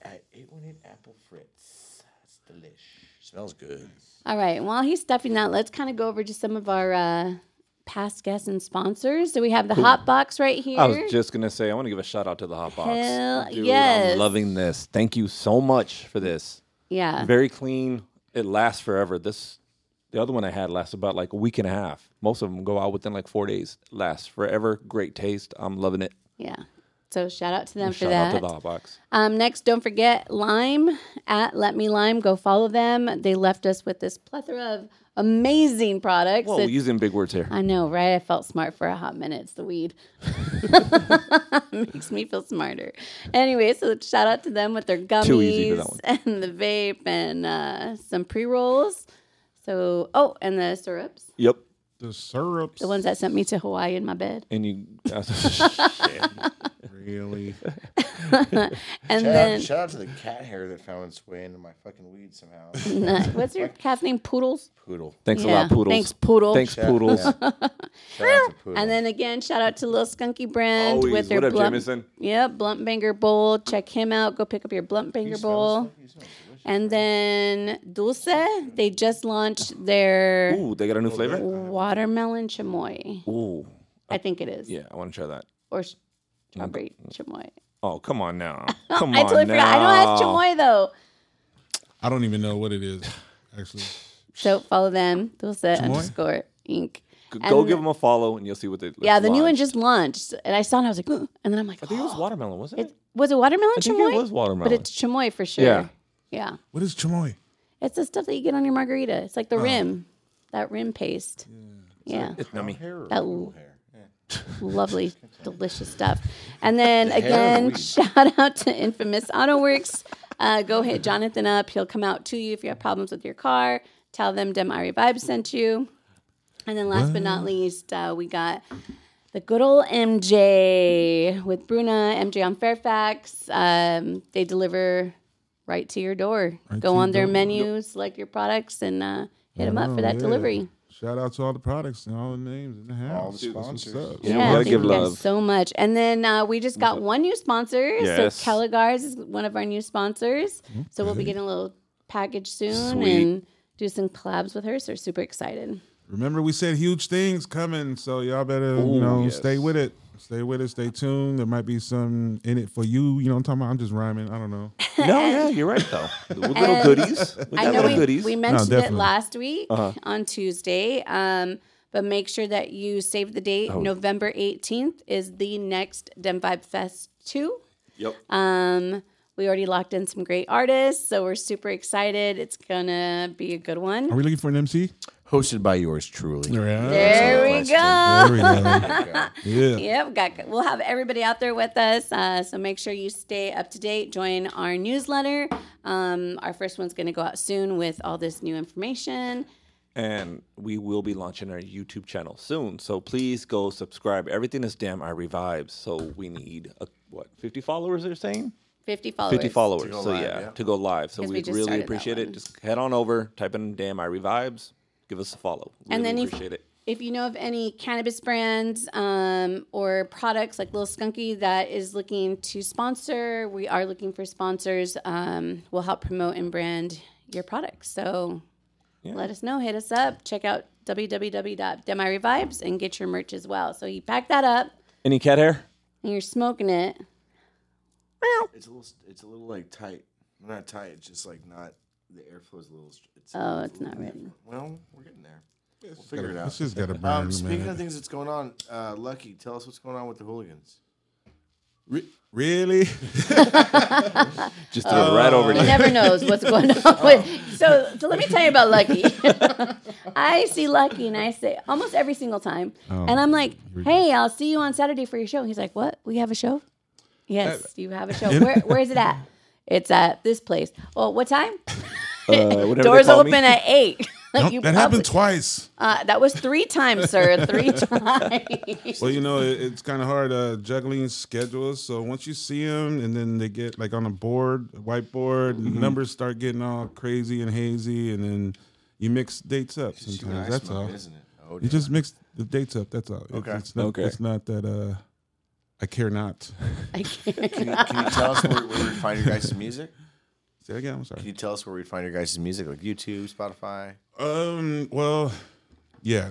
Speaker 4: At 818 Apple Fritz. That's delish. Smells good.
Speaker 1: All right. While he's stuffing that, let's kind of go over just some of our uh, past guests and sponsors. So we have the hot box right here.
Speaker 2: I was just gonna say I want to give a shout out to the hot box.
Speaker 1: Hell
Speaker 2: Dude,
Speaker 1: yes.
Speaker 2: I'm loving this. Thank you so much for this.
Speaker 1: yeah.
Speaker 2: Very clean. It lasts forever. This, the other one I had lasts about like a week and a half. Most of them go out within like four days. Lasts forever. Great taste. I'm loving it.
Speaker 1: yeah. So shout out to them for
Speaker 2: Shout
Speaker 1: that.
Speaker 2: out to the hot box.
Speaker 1: Um, next, don't forget Lime at Let Me Lime. Go follow them. They left us with this plethora of amazing products.
Speaker 2: Whoa,
Speaker 1: It's-
Speaker 2: we're using big words here.
Speaker 1: I know, right? I felt smart for a hot minute. It's the weed. Makes me feel smarter. Anyway, so shout out to them with their gummies
Speaker 2: Too easy for that one.
Speaker 1: and the vape and uh, some pre rolls. So, oh, and the syrups,
Speaker 2: Yep.
Speaker 3: The syrups.
Speaker 1: the ones that sent me to Hawaii in my bed.
Speaker 2: And you,
Speaker 3: Really?
Speaker 1: And
Speaker 4: Shout out,
Speaker 1: then,
Speaker 4: shout out to the cat hair that found its way into my fucking weed somehow.
Speaker 1: uh, what's your cat's name? Poodles?
Speaker 4: Poodle.
Speaker 2: thanks a
Speaker 1: Yeah.
Speaker 2: lot, poodles.
Speaker 1: Thanks, Poodle.
Speaker 2: Thanks,
Speaker 4: Shout-
Speaker 2: poodles.
Speaker 4: yeah. Shout out to Poodle.
Speaker 1: And then again, shout out to Little Skunky Brand
Speaker 2: Always.
Speaker 1: with their
Speaker 2: What up,
Speaker 1: blunt,
Speaker 2: Jameson?
Speaker 1: Yep, blunt banger bowl. Check him out. Go pick up your blunt
Speaker 4: He
Speaker 1: banger
Speaker 4: smells-
Speaker 1: bowl.
Speaker 4: he smells delicious.
Speaker 1: And then Dulce, they just launched their
Speaker 2: Ooh, they got a new flavor.
Speaker 1: watermelon chamoy.
Speaker 2: Ooh,
Speaker 1: I think it is.
Speaker 2: yeah, Mm. I want to try that.
Speaker 1: Or sh- strawberry chamoy.
Speaker 2: Oh, come on now. Come
Speaker 1: I
Speaker 2: on
Speaker 1: totally
Speaker 2: now.
Speaker 1: forgot. I don't have chamoy though.
Speaker 3: I don't even know what it is, actually.
Speaker 1: So follow them. Dulce underscore Inc.
Speaker 2: G-
Speaker 1: And
Speaker 2: Go give them a follow, and you'll see what they.
Speaker 1: Yeah, the new one
Speaker 2: launched.
Speaker 1: just launched, and I saw it. and I was like, "Ugh," and then I'm like,
Speaker 2: I think it was
Speaker 1: "Oh."
Speaker 2: watermelon, wasn't it?
Speaker 1: It- was it watermelon
Speaker 2: I think
Speaker 1: chamoy?
Speaker 2: it was watermelon.
Speaker 1: But it's chamoy for sure.
Speaker 2: Yeah.
Speaker 1: Yeah.
Speaker 3: What is chamoy?
Speaker 1: It's the stuff that you get on your margarita. It's like the rim, that rim paste. Yeah.
Speaker 2: Uh-huh. It's nummy.
Speaker 4: hair or
Speaker 1: That-
Speaker 4: poodle hair? Yeah.
Speaker 1: Lovely, delicious stuff. And then
Speaker 4: hair
Speaker 1: again,
Speaker 4: weed.
Speaker 1: shout out to Infamous Auto Works. Uh, go hit Jonathan up. He'll come out to you if you have problems with your car. Tell them Dem Ari Vibes sent you. And then last but not least, uh, we got the good old MJ with Bruna, MJ on Fairfax. Um, they deliver right to your door.
Speaker 3: Right
Speaker 1: go
Speaker 3: to
Speaker 1: on
Speaker 3: your
Speaker 1: their
Speaker 3: door.
Speaker 1: menu, select your products, and uh, hit them up
Speaker 3: Oh,
Speaker 1: for that
Speaker 3: yeah.
Speaker 1: delivery.
Speaker 3: Shout out to all the products and all the names in the house.
Speaker 4: All the
Speaker 3: Dude, that's what's
Speaker 4: sponsors.
Speaker 3: up.
Speaker 2: Yeah, we
Speaker 1: Yeah,
Speaker 2: gotta
Speaker 1: thank
Speaker 2: give
Speaker 1: you guys
Speaker 2: love. Mm-hmm.
Speaker 1: so much. And then uh, we just got one new sponsor.
Speaker 2: Yes. Mm-hmm.
Speaker 1: So Caligars is one of our new sponsors. So we'll be getting a little package soon
Speaker 2: Sweet.
Speaker 1: and do some collabs with her. So we're super excited.
Speaker 3: Remember, we said huge things coming, so y'all better, you know,
Speaker 2: yes.
Speaker 3: stay with it. Stay with it. Stay tuned. There might be some in it for you. You know what I'm talking about? I'm just rhyming. I don't know.
Speaker 2: No, yeah, you're right though. With little goodies. We
Speaker 1: I
Speaker 2: got
Speaker 1: know
Speaker 2: little
Speaker 1: we,
Speaker 2: goodies. Uh-huh.
Speaker 1: we mentioned it
Speaker 3: definitely.
Speaker 1: last week on Tuesday. Um, but make sure that you save the date.
Speaker 2: Oh.
Speaker 1: November 18th is the next Dem Vibe Fest 2.
Speaker 2: yep.
Speaker 1: Um, we already locked in some great artists, so we're super excited. It's gonna be a good one.
Speaker 3: Are we looking for an MC?
Speaker 4: Hosted by yours truly.
Speaker 1: There we
Speaker 4: Question.
Speaker 1: go.
Speaker 3: There we go. Yeah.
Speaker 1: Yep, got, we'll have everybody out there with us. Uh, so make sure you stay up to date. Join our newsletter. Um, our first one's going to go out soon with all this new information.
Speaker 2: And we will be launching our YouTube channel soon. So please go subscribe. Everything is damn I revives. So we need a, what, fifty followers they're saying?
Speaker 1: 50 followers.
Speaker 2: Fifty followers.
Speaker 4: go
Speaker 2: So
Speaker 4: live,
Speaker 2: yeah,
Speaker 4: yeah.
Speaker 2: to go live. So
Speaker 1: 'Cause we
Speaker 2: we'd
Speaker 1: just
Speaker 2: really
Speaker 1: started that
Speaker 2: appreciate it.
Speaker 1: one.
Speaker 2: Just head on over, type in damn I revives, give us a follow.
Speaker 1: And
Speaker 2: Really
Speaker 1: then if-
Speaker 2: appreciate it.
Speaker 1: if you know of any cannabis brands um, or products like Little Skunky that is looking to sponsor, we are looking for sponsors. Um, we'll help promote and brand your products. So let us know. Hit us up. Check out www.demirevibes and get your merch as well. So you pack that up
Speaker 2: Any cat hair?
Speaker 1: and you're smoking it.
Speaker 4: It's a little. It's a little like tight. Not tight. It's just like not. The airflow's a little. str- It's,
Speaker 1: Oh, it's not ready.
Speaker 4: well, we're getting there.
Speaker 3: It's just
Speaker 4: figure
Speaker 3: gotta-
Speaker 4: it out.
Speaker 3: It's just got to burn.
Speaker 4: Um,
Speaker 3: man.
Speaker 4: speaking of things that's going on, uh, Lucky, tell us what's going on with the hooligans.
Speaker 3: Re- really?
Speaker 2: Just threw it right over
Speaker 1: He
Speaker 2: to you.
Speaker 1: never knows what's going
Speaker 3: Oh.
Speaker 1: on. With. So, so let me tell you about Lucky. I see Lucky and I say almost every single time,
Speaker 3: Oh,
Speaker 1: and I'm like, "Hey, I'll see you on Saturday for your show." And he's like, "What? We have a show?" Yes,
Speaker 3: Uh,
Speaker 1: you have a show. Where, where is it at? It's at this place. Well, what time?
Speaker 2: Uh, whatever they
Speaker 1: Doors
Speaker 2: call
Speaker 1: open
Speaker 2: me.
Speaker 1: at eight. Like
Speaker 3: Nope,
Speaker 1: you
Speaker 3: that happened
Speaker 1: probably-
Speaker 3: twice.
Speaker 1: Uh, that was three times, sir. Three times.
Speaker 3: Well, you know, it, it's kind of hard uh, juggling schedules. So once you see them, and then they get like on a board, a whiteboard, numbers start getting all crazy and hazy, and then you mix dates up sometimes. That's all.
Speaker 4: isn't it? Oh,
Speaker 3: You
Speaker 4: dear.
Speaker 3: just mix the dates up. That's all. It's-
Speaker 4: Okay.
Speaker 3: It's not,
Speaker 2: Okay.
Speaker 3: It's not that uh, I care not.
Speaker 1: I can't.
Speaker 4: can, you, can you tell us where, where we find your guys' music?
Speaker 3: Say that again. I'm
Speaker 4: Can
Speaker 3: sorry.
Speaker 4: you tell us where we find your guys' music, like YouTube, Spotify?
Speaker 3: Um. Well, yeah.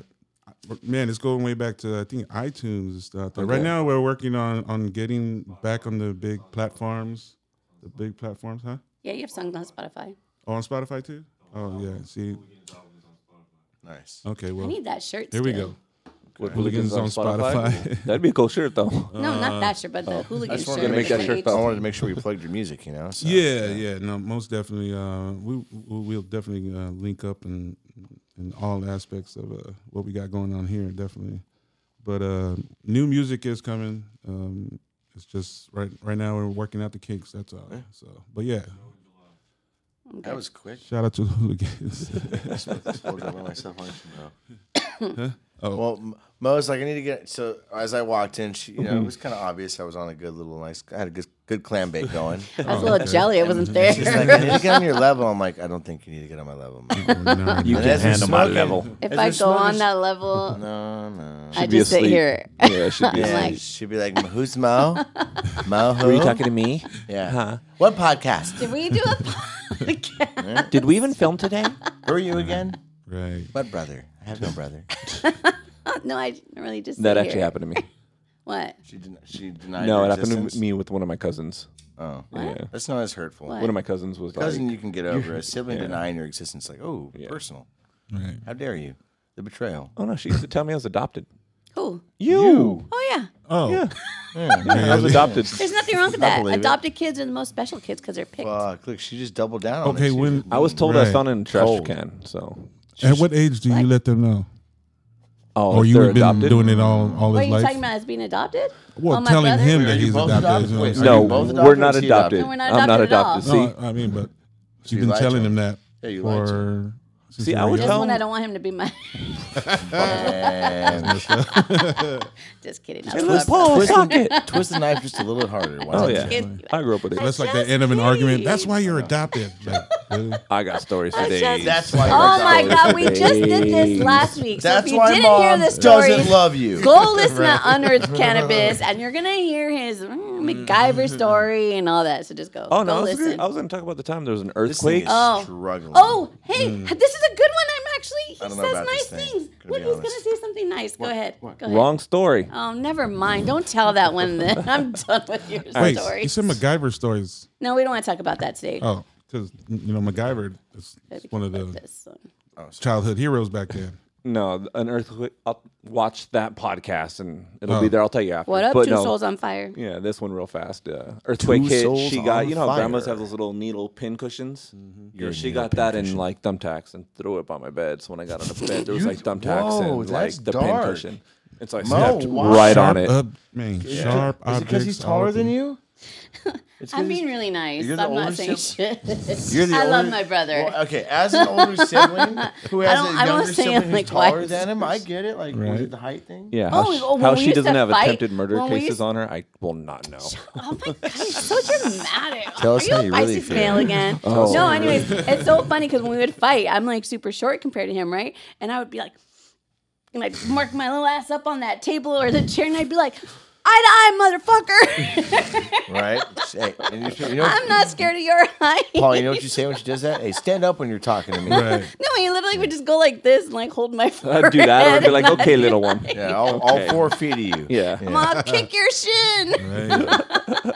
Speaker 3: Man, it's going way back to I think iTunes and stuff. But Right
Speaker 2: Okay.
Speaker 3: now, we're working on on getting back on the big platforms, the big platforms, huh?
Speaker 1: Yeah, you have songs on Spotify.
Speaker 3: Oh, on Spotify too. Oh yeah. See.
Speaker 4: Nice.
Speaker 3: Okay.
Speaker 1: I
Speaker 3: Well,
Speaker 1: need that shirt.
Speaker 3: here we
Speaker 1: still.
Speaker 3: go.
Speaker 2: With
Speaker 3: Hooligans on Spotify.
Speaker 2: That'd be a cool shirt though.
Speaker 1: No, not
Speaker 3: Uh,
Speaker 1: that shirt,
Speaker 3: oh.
Speaker 1: but the hooligan
Speaker 4: I just
Speaker 1: shirt.
Speaker 4: wanted to make that shirt.
Speaker 1: H-
Speaker 4: I wanted to make sure we plugged your music. You know. So,
Speaker 3: Yeah, yeah. No, most definitely. Uh, we we- we'll definitely uh, link up and in all aspects of uh, what we got going on here. Definitely. But uh, new music is coming. Um, it's just right right now we're working out the kinks. That's all. So, but yeah,
Speaker 4: That was quick.
Speaker 3: shout out to the hooligans.
Speaker 4: Just pulled that by myself, aren't you, Mo?
Speaker 3: Oh.
Speaker 4: Well, M- Mo's like, I need to get. So as I walked in, she, you know, it was kind of obvious I was on a good little nice. I had a good good clam bake going.
Speaker 1: I
Speaker 2: Oh,
Speaker 1: was a little jelly. I wasn't there.
Speaker 4: She's like, I need to get on your level. I'm like, I don't think you need to get on my level. Mo."
Speaker 3: Or not.
Speaker 2: You
Speaker 4: And
Speaker 2: can
Speaker 4: as we're
Speaker 2: handle my
Speaker 4: smoking-
Speaker 2: level.
Speaker 1: If
Speaker 4: as
Speaker 1: I
Speaker 4: we're
Speaker 1: go on
Speaker 4: smoking,
Speaker 1: that level,
Speaker 4: No, no.
Speaker 1: I
Speaker 2: Should be
Speaker 1: just sit
Speaker 2: asleep.
Speaker 1: here.
Speaker 2: Yeah, I should be
Speaker 1: I'm
Speaker 2: asleep.
Speaker 4: Yeah,
Speaker 1: like-
Speaker 4: she'd be like, "Who's Mo? Mo who?
Speaker 2: Were you talking to me?
Speaker 4: Yeah.
Speaker 2: Huh?
Speaker 4: What podcast?
Speaker 1: Did we do a podcast?
Speaker 2: Did we even film today?
Speaker 4: Who are you again?
Speaker 3: right.
Speaker 4: What brother? I have no brother.
Speaker 1: no, I didn't really just.
Speaker 2: That
Speaker 1: sit
Speaker 2: actually
Speaker 1: here.
Speaker 2: happened to me.
Speaker 1: What?
Speaker 4: She denied. She denied.
Speaker 2: No,
Speaker 4: your
Speaker 2: it happened to
Speaker 4: existence?
Speaker 2: me with one of my cousins.
Speaker 4: Oh,
Speaker 2: Yeah.
Speaker 4: that's not as hurtful.
Speaker 1: What?
Speaker 2: One of my cousins was like,
Speaker 4: Cousin, you can get over. A sibling denying your existence, like, oh, personal.
Speaker 3: Right.
Speaker 4: How dare you? The betrayal.
Speaker 2: oh no, she used to tell me I was adopted.
Speaker 1: Who?
Speaker 2: You.
Speaker 1: Oh yeah.
Speaker 3: Oh,
Speaker 2: Yeah.
Speaker 3: really?
Speaker 2: I was adopted.
Speaker 1: There's nothing wrong with that.
Speaker 4: believe it.
Speaker 1: Adopted kids are the most special kids because they're picked.
Speaker 4: Fuck! Look, she just doubled down. on
Speaker 3: Okay,
Speaker 4: this.
Speaker 3: when
Speaker 2: I was told I
Speaker 3: Right.
Speaker 2: found it in a trash
Speaker 4: Cold.
Speaker 2: can. So,
Speaker 3: At what age do you let them know?
Speaker 2: oh,
Speaker 3: Or
Speaker 2: if
Speaker 3: you
Speaker 2: they're
Speaker 3: have been
Speaker 2: adopted?
Speaker 3: doing it all all
Speaker 1: What are
Speaker 3: his
Speaker 1: you
Speaker 3: life?
Speaker 1: talking about? As being adopted?
Speaker 3: Well,
Speaker 1: Oh, my
Speaker 3: telling
Speaker 1: brother?
Speaker 3: him
Speaker 1: Wait,
Speaker 3: that
Speaker 4: are you
Speaker 3: he's
Speaker 4: both
Speaker 3: adopted.
Speaker 4: adopted?
Speaker 3: is what I'm
Speaker 4: Wait,
Speaker 3: saying.
Speaker 2: No,
Speaker 4: you both
Speaker 2: we're
Speaker 4: adopted or
Speaker 2: not
Speaker 4: is he
Speaker 2: adopted.
Speaker 4: adopted?
Speaker 1: No, we're not
Speaker 2: I'm not
Speaker 1: adopted at all.
Speaker 2: adopted. See,
Speaker 3: No, I mean, but
Speaker 4: you
Speaker 3: you've been
Speaker 4: lied to
Speaker 3: telling
Speaker 4: him.
Speaker 3: him that
Speaker 4: Yeah, you lied to
Speaker 3: for. since
Speaker 2: See,
Speaker 3: they
Speaker 2: I
Speaker 3: were
Speaker 2: would
Speaker 1: Just
Speaker 2: tell-
Speaker 1: when I don't want him to be my.
Speaker 4: Damn.
Speaker 1: just kidding.
Speaker 2: Hey,
Speaker 1: I love
Speaker 2: look, Paul, suck it.
Speaker 4: Twist the knife just a little harder. Why
Speaker 2: Oh
Speaker 4: don't
Speaker 2: yeah,
Speaker 4: you?
Speaker 1: kidding.
Speaker 2: I grew up with it.
Speaker 3: That's like the end of an
Speaker 1: Just
Speaker 3: argument.
Speaker 1: kidding.
Speaker 3: That's why you're adopted. Like, really?
Speaker 2: I got stories today.
Speaker 4: That's why. you're
Speaker 1: Oh my
Speaker 4: adopted.
Speaker 1: God, we just did this last week. So
Speaker 4: That's
Speaker 1: if you
Speaker 4: why
Speaker 1: didn't
Speaker 4: mom
Speaker 1: hear the
Speaker 4: doesn't
Speaker 1: story,
Speaker 4: love you.
Speaker 1: go listen to Unearthed Cannabis, and you're gonna hear his mm, MacGyver story and all that. So just go.
Speaker 2: Oh
Speaker 1: go
Speaker 2: no, I was,
Speaker 1: listen.
Speaker 2: gonna, I was gonna talk about the time there was an
Speaker 4: This thing
Speaker 2: earthquake.
Speaker 4: is
Speaker 1: Oh.
Speaker 4: struggling.
Speaker 1: Oh, hey, this is a good one. I'm actually. He
Speaker 4: Hmm. I don't
Speaker 1: says
Speaker 4: know about
Speaker 1: nice
Speaker 4: this thing,
Speaker 1: things.
Speaker 4: to be
Speaker 1: Look, he's gonna
Speaker 4: honest.
Speaker 1: say something nice. Go ahead. Go ahead.
Speaker 2: Wrong story.
Speaker 1: Oh, never mind. Don't tell that one then. I'm done with your
Speaker 3: Wait,
Speaker 1: story.
Speaker 3: you said MacGyver stories.
Speaker 1: no, we don't want to talk about that today.
Speaker 3: Oh, because you know MacGyver is one of the
Speaker 1: This one.
Speaker 3: childhood heroes back then.
Speaker 2: No, an earthquake. I'll watch that podcast and it'll
Speaker 4: Oh.
Speaker 2: be there. I'll tell you after.
Speaker 1: What up,
Speaker 2: But
Speaker 1: Two
Speaker 2: no,
Speaker 1: Souls on Fire?
Speaker 2: Yeah, this one real fast. Uh, earthquake
Speaker 4: Two
Speaker 2: hit.
Speaker 4: souls
Speaker 2: She got
Speaker 4: on
Speaker 2: you know how grandmas
Speaker 4: fire. Mm-hmm.
Speaker 2: have those little needle pin cushions. Yeah,
Speaker 4: Your
Speaker 2: she
Speaker 4: needle
Speaker 2: got
Speaker 4: pin
Speaker 2: that
Speaker 4: cushion.
Speaker 2: in like thumbtacks and threw it by my bed. So when I got on the bed, there was
Speaker 4: You-
Speaker 2: like thumbtacks
Speaker 4: Whoa,
Speaker 2: and like
Speaker 4: that's
Speaker 2: the
Speaker 4: dark.
Speaker 2: pin cushion. And so I
Speaker 4: Mo,
Speaker 2: stepped
Speaker 4: wow. Uh,
Speaker 2: right on it.
Speaker 3: Up, man, sharp
Speaker 4: Is it because
Speaker 3: objects
Speaker 4: he's
Speaker 3: all
Speaker 4: taller
Speaker 3: over
Speaker 4: than you? It's 'cause
Speaker 1: I'm being
Speaker 4: he's-
Speaker 1: really nice.
Speaker 4: you're
Speaker 1: I'm
Speaker 4: the
Speaker 1: not
Speaker 4: older
Speaker 1: saying shit.
Speaker 4: You're the
Speaker 1: I love
Speaker 4: older-
Speaker 1: my brother.
Speaker 4: Well, okay, as an older sibling who has
Speaker 1: don't-
Speaker 4: a
Speaker 1: I don't
Speaker 4: younger
Speaker 1: say it
Speaker 4: sibling who's
Speaker 1: like
Speaker 4: taller
Speaker 1: wife.
Speaker 4: than him, I get it. Like, was
Speaker 3: Right.
Speaker 4: it the height thing?
Speaker 2: Yeah,
Speaker 1: Oh,
Speaker 2: how, sh-
Speaker 1: oh, when
Speaker 2: how
Speaker 1: we
Speaker 2: she
Speaker 1: used to
Speaker 2: doesn't have
Speaker 1: fight-
Speaker 2: attempted murder
Speaker 1: when we
Speaker 2: cases
Speaker 1: used-
Speaker 2: on her, I will not know.
Speaker 1: Oh my god, you're so dramatic.
Speaker 4: Tell us
Speaker 1: Are you
Speaker 4: how
Speaker 1: a
Speaker 4: you really
Speaker 1: Pisces
Speaker 4: feel.
Speaker 1: male again?
Speaker 2: Tell us
Speaker 1: No,
Speaker 2: how you
Speaker 1: anyways, it's so funny because when we would fight, I'm like super short compared to him, right? And I would be like, and I'd mark my little ass up on that table or the chair, and I'd be like, "Eye to eye, motherfucker!
Speaker 4: right? Hey, and you, you know,
Speaker 1: I'm not scared of your eye."
Speaker 4: Paul, you know what you say when she does that? Hey, stand up when you're talking to me.
Speaker 3: Right.
Speaker 1: No, he literally would just go like this and like hold my forehead.
Speaker 2: I'd do that. I'd be like,
Speaker 1: and I'd
Speaker 2: okay,
Speaker 1: be
Speaker 2: little
Speaker 1: like,
Speaker 2: one.
Speaker 4: Yeah, all, all
Speaker 2: Okay.
Speaker 4: four feet of you.
Speaker 2: Yeah.
Speaker 1: Mom, kick your shin.
Speaker 3: Right.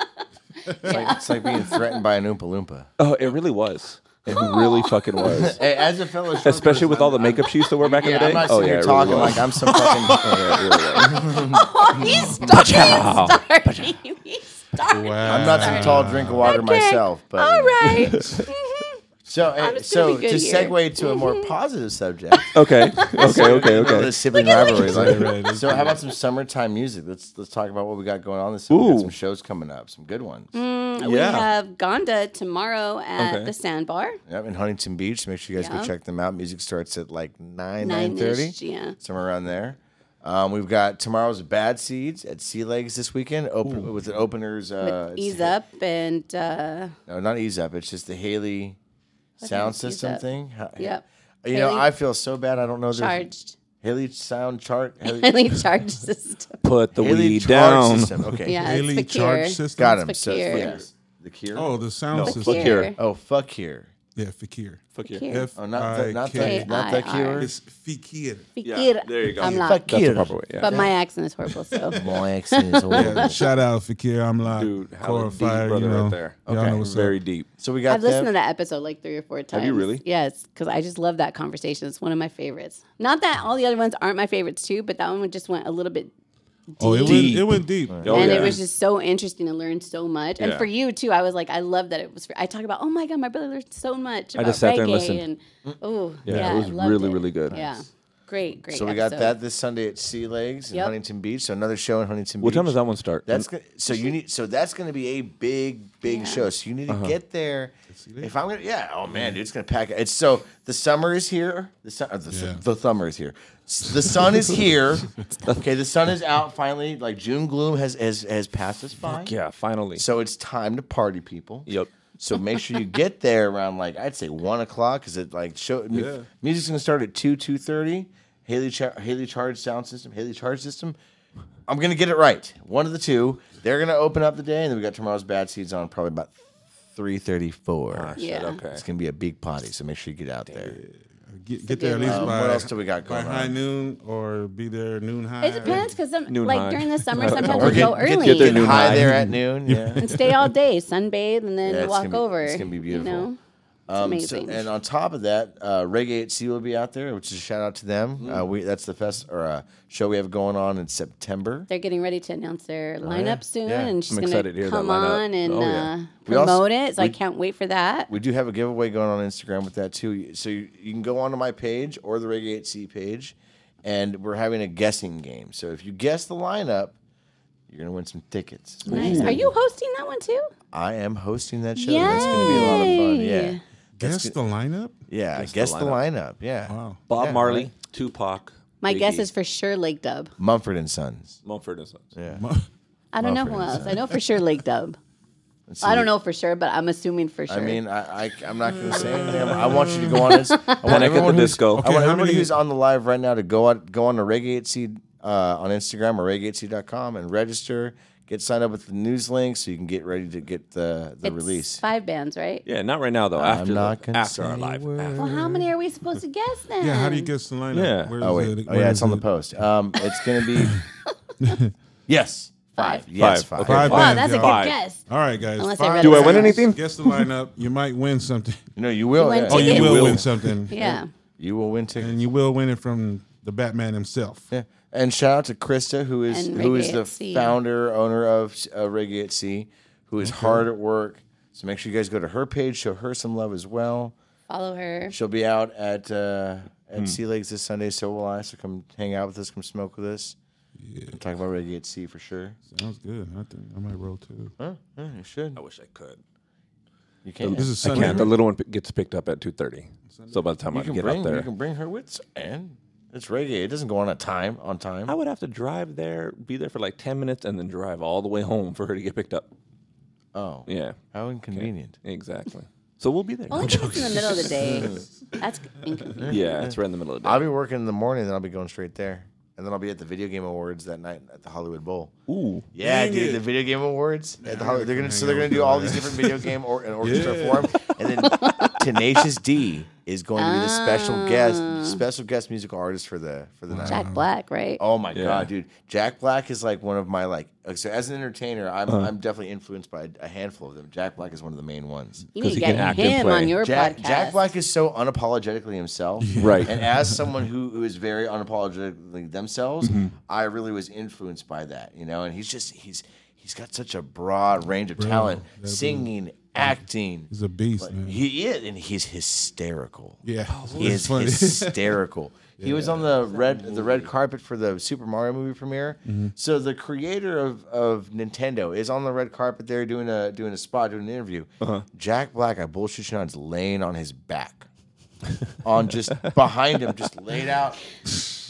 Speaker 4: It's, like, it's like being threatened by an Oompa Loompa.
Speaker 2: Oh, it really was. It really fucking was.
Speaker 4: Hey, as a fellow, short
Speaker 2: Especially
Speaker 4: person,
Speaker 2: with all the
Speaker 4: I'm-
Speaker 2: makeup she used to wear back in
Speaker 4: Yeah,
Speaker 2: the day.
Speaker 4: I'm not
Speaker 2: oh
Speaker 4: sitting here
Speaker 2: it really
Speaker 4: talking
Speaker 2: was.
Speaker 4: like I'm some fucking.
Speaker 2: Yeah, it really was.
Speaker 1: Oh, he's starting. he's starting.
Speaker 3: Wow.
Speaker 4: I'm not some tall drink of water
Speaker 1: Okay.
Speaker 4: myself, but
Speaker 1: All right. Mhm.
Speaker 4: so hey,
Speaker 1: I'm just gonna
Speaker 4: so
Speaker 1: be
Speaker 4: to
Speaker 1: good here. Mm-hmm.
Speaker 4: segue to a more positive subject.
Speaker 2: Okay. Okay. Okay.
Speaker 4: You know,
Speaker 2: Okay.
Speaker 4: the sibling rivalry.
Speaker 3: Right,
Speaker 4: Like,
Speaker 3: right, it's
Speaker 4: so how about some summertime music? Let's let's talk about what we got going on this summer. We got
Speaker 2: Ooh.
Speaker 4: some shows coming up, some good ones.
Speaker 1: We
Speaker 2: Yeah.
Speaker 1: have Gonda tomorrow at
Speaker 2: Okay.
Speaker 1: the Sandbar.
Speaker 4: Yep, in Huntington Beach. Make sure you guys
Speaker 1: Yeah.
Speaker 4: go check them out. Music starts at like nine nine thirty,
Speaker 1: 9-ish, yeah.
Speaker 4: somewhere around there. Um, we've got tomorrow's Bad Seeds at Sea Legs this weekend. Open with the openers. Uh, it's
Speaker 1: Ease
Speaker 4: the-
Speaker 1: up and uh,
Speaker 4: No, not ease up. It's just the Haley
Speaker 1: is
Speaker 4: sound
Speaker 1: Ease
Speaker 4: system
Speaker 1: Up?
Speaker 4: thing. Ha-
Speaker 1: Yep.
Speaker 4: You know,
Speaker 1: Haley-
Speaker 4: I feel so bad. I don't know. their-
Speaker 1: charged.
Speaker 4: Haley sound chart. Haley,
Speaker 1: Highly charged system.
Speaker 2: Put the
Speaker 4: Haley
Speaker 2: weed
Speaker 4: chart
Speaker 2: down.
Speaker 4: system. Okay.
Speaker 1: Yeah,
Speaker 3: Daily
Speaker 1: it's
Speaker 3: charge
Speaker 1: Fakir.
Speaker 3: system.
Speaker 4: Got him.
Speaker 1: It's
Speaker 4: So it's
Speaker 1: Fakir.
Speaker 4: Fakir. The Cure.
Speaker 3: Oh, the sound
Speaker 2: No,
Speaker 3: system.
Speaker 2: fuck here.
Speaker 1: Fakir.
Speaker 4: Oh, fuck here.
Speaker 3: Yeah, Fakir.
Speaker 1: Fakir.
Speaker 3: F
Speaker 4: Oh, not the,
Speaker 3: I
Speaker 4: not
Speaker 3: K.
Speaker 4: the, not the
Speaker 1: K-I-R.
Speaker 4: cure.
Speaker 3: It's Fakir.
Speaker 1: Fakir.
Speaker 2: there you go.
Speaker 1: I'm not.
Speaker 4: Fuck
Speaker 2: That's the
Speaker 4: here.
Speaker 2: proper way. Yeah.
Speaker 1: But my accent is horrible, so.
Speaker 4: My accent is
Speaker 3: Yeah,
Speaker 4: horrible.
Speaker 3: shout out Fakir. I'm like
Speaker 2: Dude, how deep
Speaker 3: glorified.
Speaker 2: brother
Speaker 3: you know,
Speaker 2: right there.
Speaker 3: Y'all know what's
Speaker 2: Very
Speaker 3: up.
Speaker 2: deep.
Speaker 4: So we got
Speaker 1: I've listened to
Speaker 4: that.
Speaker 1: that episode like three or four times.
Speaker 2: you really?
Speaker 1: Yes, because I just love that conversation. It's one of my favorites. Not that all the other ones aren't my favorites too, but that one just went a little bit,
Speaker 3: Oh, it went,
Speaker 2: Deep.
Speaker 3: it went deep.
Speaker 2: Oh,
Speaker 1: and
Speaker 2: yeah.
Speaker 1: it was just so interesting to learn so much. And
Speaker 2: Yeah.
Speaker 1: for you too, I was like, I love that it was. For, I talk about, oh my god, my brother learned so much. About
Speaker 2: I just sat
Speaker 1: reggae
Speaker 2: there and listened.
Speaker 1: And, oh, yeah,
Speaker 2: Yeah, it was
Speaker 1: I loved
Speaker 2: really,
Speaker 1: it.
Speaker 2: really good.
Speaker 1: Yeah, great, great.
Speaker 4: So we got
Speaker 1: episode.
Speaker 4: that this Sunday at Sea Legs in
Speaker 1: Yep.
Speaker 4: Huntington Beach. So another show in Huntington
Speaker 2: What
Speaker 4: Beach.
Speaker 2: time does that one start?
Speaker 4: That's gonna, so you need so that's going to be a big big show. So you need to
Speaker 2: Uh-huh.
Speaker 4: get there. If I'm gonna yeah oh man dude, it's going to pack it. It's so the summer is here. The sun uh, the, su-
Speaker 3: Yeah.
Speaker 4: the summer is here. S- The sun is here. okay, the sun is out finally. Like June gloom has has has passed us by.
Speaker 2: yeah. Finally.
Speaker 4: So it's time to party, people.
Speaker 2: Yep.
Speaker 4: So make sure you get there around like I'd say one o'clock because it like show mu-
Speaker 3: Yeah.
Speaker 4: music's gonna start at two two thirty. Haley Char- Haley Charge Sound System Haley Charge System. I'm gonna get it right. One of the two. They're gonna open up the day, and then we got tomorrow's Bad Seeds on probably about three thirty four.
Speaker 1: Yeah.
Speaker 2: Okay.
Speaker 4: It's gonna be a big party, so make sure you get out there. Um,
Speaker 3: Get, get there at
Speaker 1: good
Speaker 3: least
Speaker 1: one.
Speaker 3: by,
Speaker 4: What else do we got
Speaker 3: by
Speaker 4: going
Speaker 3: high
Speaker 4: on?
Speaker 3: noon or be there noon high.
Speaker 1: It depends because
Speaker 2: Noon
Speaker 1: like
Speaker 2: high.
Speaker 1: during the summer, sometimes
Speaker 4: Or
Speaker 1: we
Speaker 4: get,
Speaker 1: go
Speaker 4: get,
Speaker 1: early.
Speaker 4: get,
Speaker 2: there noon
Speaker 4: high
Speaker 2: high.
Speaker 4: there at noon. Yeah.
Speaker 1: and stay all day, sunbathe, and then
Speaker 4: Yeah, it's
Speaker 1: walk
Speaker 4: gonna be-
Speaker 1: over.
Speaker 4: it's gonna be beautiful.
Speaker 1: You know? It's
Speaker 4: Um, so-
Speaker 1: amazing.
Speaker 4: and on top of that, uh, Reggae at Sea will be out there, which is a shout out to them.
Speaker 1: Mm-hmm.
Speaker 4: Uh, we that's the fest or uh, show we have going on in September.
Speaker 1: They're getting ready to announce their lineup soon,
Speaker 4: Oh, Yeah.
Speaker 1: and she's
Speaker 2: I'm
Speaker 1: going
Speaker 2: excited to
Speaker 1: to
Speaker 2: hear
Speaker 1: come
Speaker 2: that lineup.
Speaker 1: on and
Speaker 2: Oh, yeah.
Speaker 1: uh,
Speaker 4: We also-
Speaker 1: promote it. So I can't wait for that.
Speaker 4: We do have a giveaway going on Instagram with that too. You- So you, you can go onto my page or the Reggae at Sea page, and we're having a guessing game. So if you guess the lineup, you're gonna win some tickets.
Speaker 1: Nice. Are you hosting that one too?
Speaker 4: I am hosting that show. That's gonna be a lot of fun. Yeah,
Speaker 1: Yay.
Speaker 3: Guess the lineup.
Speaker 4: yeah. Guess,
Speaker 2: the
Speaker 4: the, lineup. Yeah.
Speaker 3: Wow.
Speaker 2: Bob
Speaker 4: Yeah,
Speaker 2: Marley, Tupac.
Speaker 1: My
Speaker 2: Biggie,
Speaker 1: guess
Speaker 4: E.
Speaker 1: is for sure Lake Dub.
Speaker 4: Mumford and Sons.
Speaker 2: Mumford and Sons.
Speaker 4: Yeah.
Speaker 1: I don't know
Speaker 4: Mumford
Speaker 1: who
Speaker 4: and
Speaker 1: else. I
Speaker 4: Sons.
Speaker 1: know for sure Lake Dub.
Speaker 4: Let's see.
Speaker 1: I don't know for sure, but I'm assuming for sure.
Speaker 4: I mean, I, I I'm not going to say anything. I'm- I want you to go on this. I want
Speaker 2: Mm. Panic at
Speaker 4: everyone
Speaker 2: the
Speaker 4: who's-
Speaker 2: Disco.
Speaker 4: I
Speaker 2: Okay,
Speaker 4: want
Speaker 3: how
Speaker 4: everyone
Speaker 3: many-
Speaker 4: who's on the live right now to go out, go on to Reggae Seed uh, on Instagram or reggaeatseed.com and register. Get signed up with the news link so you can get ready to get the the
Speaker 1: it's
Speaker 4: release.
Speaker 1: five bands, right?
Speaker 2: Yeah, not right now though.
Speaker 4: I'm
Speaker 2: After
Speaker 4: not
Speaker 2: the,
Speaker 4: gonna
Speaker 2: after our
Speaker 4: say
Speaker 2: live.
Speaker 4: a
Speaker 2: After.
Speaker 1: Well, how many are we supposed to guess then?
Speaker 3: Yeah, how do you guess the lineup?
Speaker 2: Yeah.
Speaker 3: Where's
Speaker 4: Oh wait,
Speaker 3: it?
Speaker 4: oh
Speaker 3: Where
Speaker 4: yeah,
Speaker 3: is
Speaker 4: it's on the
Speaker 3: it?
Speaker 4: post. Um, it's going to be yes, five,
Speaker 1: Five.
Speaker 4: yes, five.
Speaker 2: Five.
Speaker 3: Five
Speaker 1: Wow,
Speaker 3: bands,
Speaker 1: that's a
Speaker 3: y'all.
Speaker 1: good
Speaker 2: Five.
Speaker 1: guess.
Speaker 3: All right, guys.
Speaker 1: Unless I
Speaker 3: Five-
Speaker 1: read
Speaker 2: Do
Speaker 1: it
Speaker 2: I win
Speaker 1: somewhere.
Speaker 2: anything?
Speaker 3: Guess the lineup. You might win something.
Speaker 4: No, you will.
Speaker 1: win
Speaker 4: yeah.
Speaker 1: Oh,
Speaker 3: Oh,
Speaker 1: you
Speaker 3: you
Speaker 1: Tickets.
Speaker 3: will
Speaker 2: will.
Speaker 3: win something.
Speaker 1: Yeah.
Speaker 4: You will win tickets.
Speaker 3: And you will win it from the Batman himself.
Speaker 4: Yeah. And shout out to Krista, who is
Speaker 1: And
Speaker 4: who
Speaker 1: Reggae
Speaker 4: is the
Speaker 1: at Sea.
Speaker 4: founder owner of uh, Reggae at Sea, who is hard at work. So make sure you guys go to her page, show her some love as well.
Speaker 1: Follow her.
Speaker 4: She'll be out at uh,
Speaker 2: Hmm.
Speaker 4: at Sea Lakes this Sunday, so will I. So come hang out with us, come smoke with us. Talk about Reggae at Sea for sure.
Speaker 3: Sounds good. I think I might roll too.
Speaker 4: Yeah, you should.
Speaker 2: I wish I could.
Speaker 4: You can.
Speaker 3: This is
Speaker 2: I can't. The
Speaker 3: Sunday.
Speaker 2: little one p- gets picked up at two thirty. So by the time
Speaker 4: you
Speaker 2: I
Speaker 4: can
Speaker 2: get
Speaker 4: bring
Speaker 2: up there,
Speaker 4: you can bring her with us, and it's reggae. It doesn't go on a time on time.
Speaker 2: I would have to drive there, be there for like ten minutes, and then drive all the way home for her to get picked up.
Speaker 4: Oh,
Speaker 2: Yeah,
Speaker 4: how inconvenient.
Speaker 2: exactly. So we'll be there.
Speaker 1: Only
Speaker 2: I'm
Speaker 1: because it's in the
Speaker 2: joking.
Speaker 1: middle of the day. That's inconvenient.
Speaker 2: yeah, it's right in the middle of the
Speaker 4: I'll be working in the morning, then I'll be going straight there, and then I'll be at the Video Game Awards that night at the Hollywood Bowl.
Speaker 2: day. Ooh.
Speaker 4: Yeah,
Speaker 3: Dang
Speaker 4: dude,
Speaker 3: it.
Speaker 4: the Video Game Awards at the Hollywood.
Speaker 3: I gotta
Speaker 4: They're
Speaker 3: come
Speaker 4: gonna so they're
Speaker 3: hang out
Speaker 4: gonna
Speaker 3: with
Speaker 4: do
Speaker 3: you
Speaker 4: all
Speaker 3: on
Speaker 4: these
Speaker 3: that.
Speaker 4: different video game or an orchestra
Speaker 3: Yeah.
Speaker 4: form, and then Tenacious D is going to be the special
Speaker 3: Ah.
Speaker 4: guest special guest musical artist for the for the night.
Speaker 1: Jack Black, right?
Speaker 4: Oh my
Speaker 2: Yeah.
Speaker 4: god, dude! Jack Black is like one of my like. like, So as an entertainer, I'm I'm definitely influenced by a, a handful of them. Jack Black is one of the main ones.
Speaker 1: you need
Speaker 2: 'cause
Speaker 1: to
Speaker 2: he can
Speaker 1: get
Speaker 2: act and
Speaker 1: him
Speaker 2: play.
Speaker 1: on your
Speaker 4: Jack
Speaker 1: podcast.
Speaker 4: Jack Black is so unapologetically himself,
Speaker 2: Right.
Speaker 4: And as someone who, who is very unapologetically themselves,
Speaker 3: Mm-hmm.
Speaker 4: I really was influenced by that, you know. And he's just he's he's got such a broad range of talent,
Speaker 3: that
Speaker 4: singing, acting.
Speaker 3: He's a beast, man.
Speaker 4: He is, and he's hysterical.
Speaker 3: yeah,
Speaker 4: He is
Speaker 3: funny.
Speaker 4: hysterical. He was on the red the red carpet for the Super Mario movie premiere.
Speaker 3: Mm-hmm.
Speaker 4: So the creator of, of Nintendo is on the red carpet there doing a doing a spot doing an interview.
Speaker 3: Uh-huh.
Speaker 4: Jack Black, I bullshit you not, is laying on his back, on just behind him, just laid out,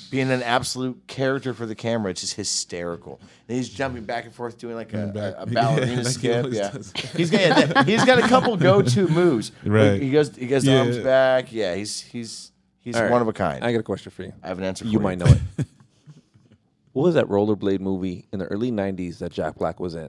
Speaker 4: being an absolute character for the camera. It's just hysterical. And he's jumping back and forth doing like
Speaker 3: And back-
Speaker 4: a, a, a ballerina
Speaker 3: Yeah, like he
Speaker 4: skip.
Speaker 3: always
Speaker 4: Yeah,
Speaker 3: does.
Speaker 4: he's got yeah, he's got a couple go to moves.
Speaker 3: Right.
Speaker 4: he goes he goes the
Speaker 3: Yeah.
Speaker 4: arms back back. Yeah, he's he's he's
Speaker 2: All right.
Speaker 4: one of a kind.
Speaker 2: I
Speaker 4: I,
Speaker 2: got a question for you.
Speaker 4: have an answer. For you,
Speaker 2: you might know it. what was that rollerblade movie in the early '90s that Jack Black was in?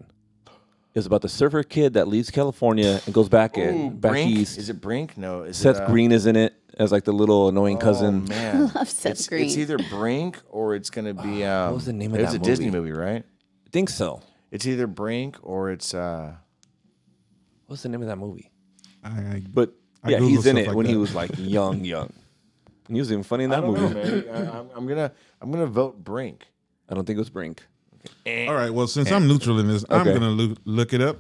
Speaker 2: It was about the surfer kid that leaves California and goes back
Speaker 4: Ooh,
Speaker 2: in back
Speaker 4: Brink?
Speaker 2: east.
Speaker 4: Is it Brink? No. Is
Speaker 2: Seth
Speaker 4: it, uh,
Speaker 2: Green is in it as like the little annoying
Speaker 4: Oh
Speaker 2: cousin.
Speaker 4: man,
Speaker 1: love Seth
Speaker 4: it's, It's
Speaker 1: Green.
Speaker 4: either Brink or it's gonna be. Um,
Speaker 2: was the name of
Speaker 4: it was
Speaker 2: that
Speaker 4: a Disney movie, right?
Speaker 2: I think so.
Speaker 4: It's either Brink or it's. uh
Speaker 2: What's the name of that movie?
Speaker 3: I, I,
Speaker 2: But
Speaker 3: I
Speaker 2: yeah,
Speaker 3: Google
Speaker 2: he's in
Speaker 3: stuff
Speaker 2: it
Speaker 3: like
Speaker 2: when he
Speaker 3: that.
Speaker 2: was like young, young. And he was even funny in
Speaker 4: I
Speaker 2: that
Speaker 4: don't
Speaker 2: movie.
Speaker 4: know, man. I, I'm, I'm gonna I'm gonna vote Brink.
Speaker 2: I don't think it was Brink.
Speaker 3: all right. Well, since I'm neutral in this, I'm
Speaker 2: Okay.
Speaker 3: gonna loo- look it up.